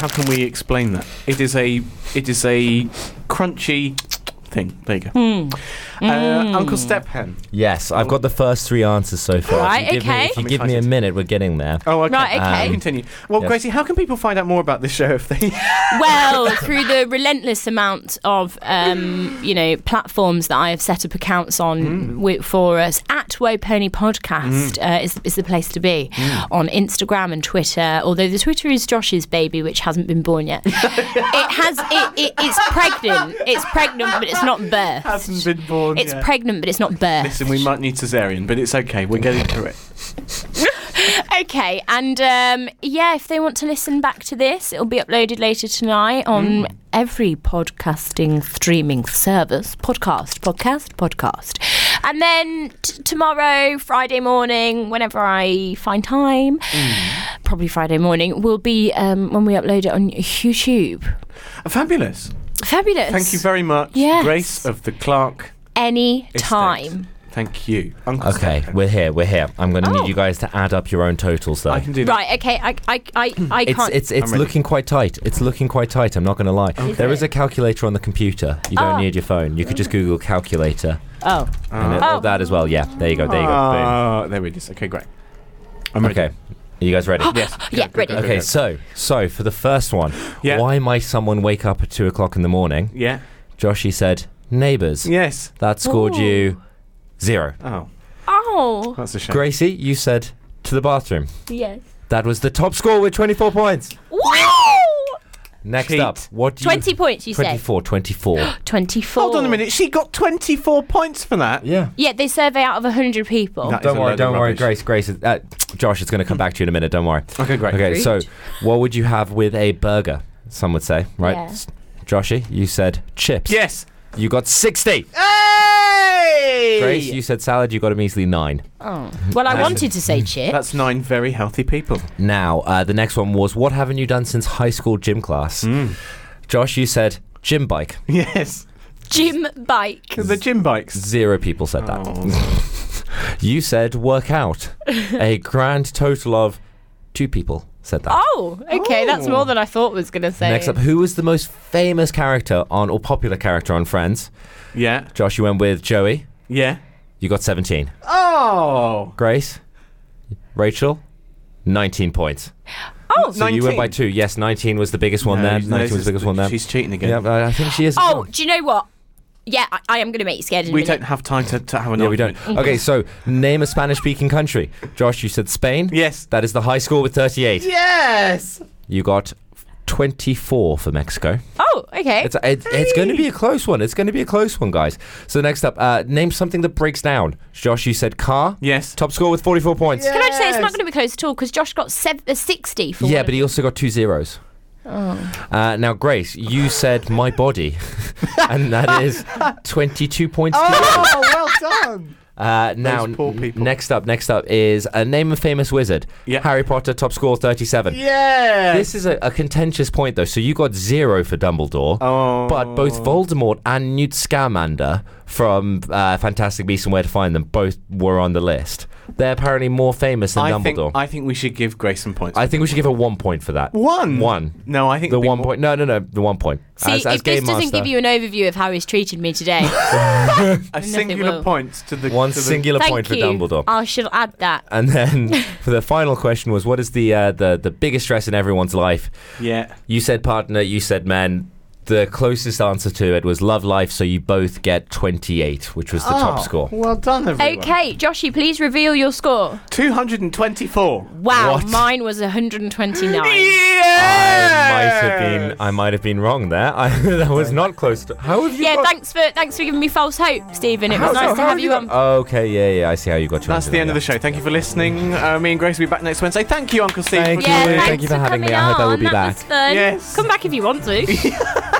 [SPEAKER 2] How can we explain that? It is a it is a crunchy thing. There you go.
[SPEAKER 1] Hmm. Mm.
[SPEAKER 2] Uh, Uncle Stephen.
[SPEAKER 3] Yes, I've got the first three answers so far.
[SPEAKER 1] Right,
[SPEAKER 3] If you give me-
[SPEAKER 1] okay.
[SPEAKER 3] if you
[SPEAKER 2] I'm
[SPEAKER 3] give me a
[SPEAKER 2] excited.
[SPEAKER 3] minute, we're getting there.
[SPEAKER 2] Oh, okay.
[SPEAKER 1] Right, okay. Um,
[SPEAKER 2] Continue. Well,
[SPEAKER 3] yes.
[SPEAKER 2] Gracie, how can people find out more about this show if they?
[SPEAKER 1] Well, through the relentless amount of um, you know platforms that I have set up accounts on
[SPEAKER 2] Hmm.
[SPEAKER 1] wi- for us at Woe Pony Podcast uh, is is the place to be
[SPEAKER 2] Hmm.
[SPEAKER 1] on Instagram and Twitter. Although the Twitter is Josh's baby, which hasn't been born yet. it has it, it it's pregnant. It's pregnant, but it's not birth.
[SPEAKER 2] Hasn't been born
[SPEAKER 1] It's
[SPEAKER 2] yet.
[SPEAKER 1] pregnant, but it's not birth.
[SPEAKER 2] Listen, we might need cesarean, but it's okay. We're getting through it.
[SPEAKER 1] Okay, and um, yeah, if they want to listen back to this, it'll be uploaded later tonight
[SPEAKER 2] Hmm.
[SPEAKER 1] on every podcasting streaming service. Podcast, podcast, podcast. And then t- tomorrow, Friday morning, whenever I find time,
[SPEAKER 2] Hmm.
[SPEAKER 1] probably Friday morning, will be um, when we upload it on YouTube.
[SPEAKER 2] Fabulous.
[SPEAKER 1] Fabulous.
[SPEAKER 2] Thank you very much,
[SPEAKER 1] Yes.
[SPEAKER 2] Grace of the Clark
[SPEAKER 1] Any
[SPEAKER 2] Estate.
[SPEAKER 1] time.
[SPEAKER 2] Thank you, Uncle.
[SPEAKER 3] Okay,
[SPEAKER 2] Stephen.
[SPEAKER 3] we're here. We're here. I'm going to
[SPEAKER 1] Oh.
[SPEAKER 3] need you guys to add up your own totals, though.
[SPEAKER 2] I can do that.
[SPEAKER 1] Right, okay, I, I, I, I
[SPEAKER 3] it's
[SPEAKER 1] can't.
[SPEAKER 3] it's it's
[SPEAKER 2] ready.
[SPEAKER 3] looking quite tight. It's looking quite tight. I'm not going to lie. There
[SPEAKER 1] it?
[SPEAKER 3] is a calculator on the computer. You don't
[SPEAKER 1] Oh.
[SPEAKER 3] need your phone. You could just Google calculator
[SPEAKER 1] oh.
[SPEAKER 3] and it-
[SPEAKER 1] Oh.
[SPEAKER 3] that as well. Yeah, there you go. There you go. Boom.
[SPEAKER 2] Ah, there it is. Okay, great. I'm ready.
[SPEAKER 3] Okay, are you guys ready?
[SPEAKER 1] Oh.
[SPEAKER 2] Yes.
[SPEAKER 1] Yeah, ready.
[SPEAKER 2] go, go,
[SPEAKER 3] Okay,
[SPEAKER 2] go.
[SPEAKER 3] so so for the first one,
[SPEAKER 2] Yeah.
[SPEAKER 3] why might someone wake up at two o'clock in the morning?
[SPEAKER 2] Yeah.
[SPEAKER 3] Joshy said, "Neighbours."
[SPEAKER 2] Yes.
[SPEAKER 3] That scored
[SPEAKER 1] Ooh.
[SPEAKER 3] you zero.
[SPEAKER 2] Oh,
[SPEAKER 1] Oh.
[SPEAKER 2] that's a shame.
[SPEAKER 3] Gracie, you said to the bathroom.
[SPEAKER 1] Yes.
[SPEAKER 3] That was the top score with 24 points.
[SPEAKER 1] Wow!
[SPEAKER 3] Next
[SPEAKER 2] Cheat.
[SPEAKER 3] up, what do you-
[SPEAKER 1] 20 points, you said.
[SPEAKER 3] 24, 24.
[SPEAKER 1] 24.
[SPEAKER 2] Hold on a minute. She got 24 points for that.
[SPEAKER 3] yeah.
[SPEAKER 1] Yeah, they survey out of 100 people.
[SPEAKER 2] That- It's
[SPEAKER 3] Don't
[SPEAKER 2] a load
[SPEAKER 3] worry,
[SPEAKER 2] of
[SPEAKER 3] don't worry,
[SPEAKER 2] rubbish.
[SPEAKER 3] Grace. Grace, is- uh, Josh, it's going to come back to you in a minute. Don't worry.
[SPEAKER 2] Okay, great.
[SPEAKER 3] Okay,
[SPEAKER 1] Rude.
[SPEAKER 3] so what would you have with a burger? Some would say, right?
[SPEAKER 1] Yeah.
[SPEAKER 3] Joshy, you said chips.
[SPEAKER 2] Yes.
[SPEAKER 3] You got 60.
[SPEAKER 2] Hey.
[SPEAKER 3] Grace, you said salad. You got a measly nine.
[SPEAKER 1] Oh. Well, I wanted to say chip.
[SPEAKER 2] That's nine very healthy people.
[SPEAKER 3] Now, uh, the next one was what haven't you done since high school gym class?
[SPEAKER 2] Hmm.
[SPEAKER 3] Josh, you said gym bike.
[SPEAKER 2] Yes.
[SPEAKER 1] Gym bike.
[SPEAKER 2] The gym bikes.
[SPEAKER 3] Zero people said that.
[SPEAKER 2] Oh.
[SPEAKER 3] You said work out. a grand total of two people said that.
[SPEAKER 1] Oh, okay, that's
[SPEAKER 2] Oh.
[SPEAKER 1] more than I thought was going to say.
[SPEAKER 3] Next up, who was the most famous character on or popular character on Friends?
[SPEAKER 2] Yeah.
[SPEAKER 3] Josh, you went with Joey.
[SPEAKER 2] Yeah.
[SPEAKER 3] You got 17.
[SPEAKER 2] Oh.
[SPEAKER 3] Grace, Rachel, 19 points.
[SPEAKER 1] Oh,
[SPEAKER 3] So you went by
[SPEAKER 2] 19.
[SPEAKER 3] two. Yes, 19 was the biggest one there. 19 was the biggest one there.
[SPEAKER 2] She's cheating again.
[SPEAKER 3] yeah, but I think she is. as
[SPEAKER 1] oh,
[SPEAKER 3] well.
[SPEAKER 1] do you know what? Yeah, I, I am going to make you scared in a
[SPEAKER 2] we
[SPEAKER 1] minute.
[SPEAKER 2] don't have time to, to have an
[SPEAKER 3] Yeah, we don't. Okay, so name a Spanish speaking country. Josh, you said Spain.
[SPEAKER 2] Yes.
[SPEAKER 3] That is the high score with 38.
[SPEAKER 4] Yes.
[SPEAKER 3] You got 24 for Mexico.
[SPEAKER 1] Oh, okay.
[SPEAKER 3] It's it, it's going to be a close one. It's going to be a close one, guys. So next up, uh, name something that breaks down. Josh, you said car.
[SPEAKER 2] Yes.
[SPEAKER 3] Top score with 44 points.
[SPEAKER 1] Can I just say it's not
[SPEAKER 4] Yes.
[SPEAKER 1] going to be close at all because Josh got sev- uh, 60 for
[SPEAKER 3] Yeah,
[SPEAKER 1] one
[SPEAKER 3] but he
[SPEAKER 1] of
[SPEAKER 3] also got two zeros. Oh. Uh, now, Grace, you said my body, and that is 22 points. to you.
[SPEAKER 4] Oh, well done.
[SPEAKER 3] Uh, now,
[SPEAKER 2] Those poor
[SPEAKER 3] n-
[SPEAKER 2] people.
[SPEAKER 3] next up, next up is a name a famous wizard.
[SPEAKER 2] Yeah.
[SPEAKER 3] Harry Potter, top score 37.
[SPEAKER 4] Yes.
[SPEAKER 3] This is a, a contentious point, though. So you got zero for Dumbledore,
[SPEAKER 2] Oh.
[SPEAKER 3] but both Voldemort and Newt Scamander from uh, Fantastic Beasts and Where to Find Them both were on the list. They're apparently more famous than
[SPEAKER 2] I think,
[SPEAKER 3] Dumbledore.
[SPEAKER 2] I think we should give Grace some points.
[SPEAKER 3] I, think we should give her one point for that.
[SPEAKER 2] one.
[SPEAKER 3] One.
[SPEAKER 2] No, I think
[SPEAKER 3] The
[SPEAKER 2] it'd be
[SPEAKER 3] one
[SPEAKER 2] more-
[SPEAKER 3] point. No, no, no. The one point.
[SPEAKER 1] See,
[SPEAKER 3] as, as
[SPEAKER 1] if this
[SPEAKER 3] game
[SPEAKER 1] doesn't
[SPEAKER 3] master,
[SPEAKER 1] give you an overview of how he's treated me today,
[SPEAKER 2] A
[SPEAKER 1] Nothing
[SPEAKER 2] singular
[SPEAKER 1] will.
[SPEAKER 2] point to the
[SPEAKER 3] one
[SPEAKER 2] to the-
[SPEAKER 3] singular
[SPEAKER 1] thank
[SPEAKER 3] point
[SPEAKER 1] you. Uh,
[SPEAKER 3] for Dumbledore.
[SPEAKER 1] I shall add that.
[SPEAKER 3] and then for the final question was, what is the uh, the the biggest stress in everyone's life?
[SPEAKER 2] yeah.
[SPEAKER 3] You said partner. You said men. The closest answer to it was Love Life, so you both get 28, which was the top
[SPEAKER 4] Oh,
[SPEAKER 3] score.
[SPEAKER 4] Well done, everyone.
[SPEAKER 1] Okay, Joshy, please reveal your score.
[SPEAKER 2] 224.
[SPEAKER 1] Wow,
[SPEAKER 3] What?
[SPEAKER 1] mine was 129.
[SPEAKER 3] I might have
[SPEAKER 2] Yeah!
[SPEAKER 3] been I might have been wrong there. I, that was not close to. How have you?
[SPEAKER 1] yeah,
[SPEAKER 3] got,
[SPEAKER 1] thanks for thanks for giving me false hope, Stephen. It was
[SPEAKER 3] how-
[SPEAKER 1] nice to
[SPEAKER 3] how
[SPEAKER 1] have you
[SPEAKER 3] got-
[SPEAKER 1] on.
[SPEAKER 3] okay, yeah, yeah. I see how you got your.
[SPEAKER 2] That's
[SPEAKER 3] answer
[SPEAKER 2] the end of
[SPEAKER 3] there,
[SPEAKER 2] the show. Thank you for listening. Uh, me and Grace will be back next Wednesday. Thank you, Uncle Steve.
[SPEAKER 3] Thank
[SPEAKER 2] for
[SPEAKER 3] you.
[SPEAKER 1] yeah,
[SPEAKER 2] coming.
[SPEAKER 1] thanks
[SPEAKER 3] Thank you for having me.
[SPEAKER 1] coming
[SPEAKER 3] I hope I will
[SPEAKER 1] on.
[SPEAKER 3] be
[SPEAKER 1] that
[SPEAKER 3] back.
[SPEAKER 1] Was fun.
[SPEAKER 2] Yes.
[SPEAKER 1] Come back if you want to.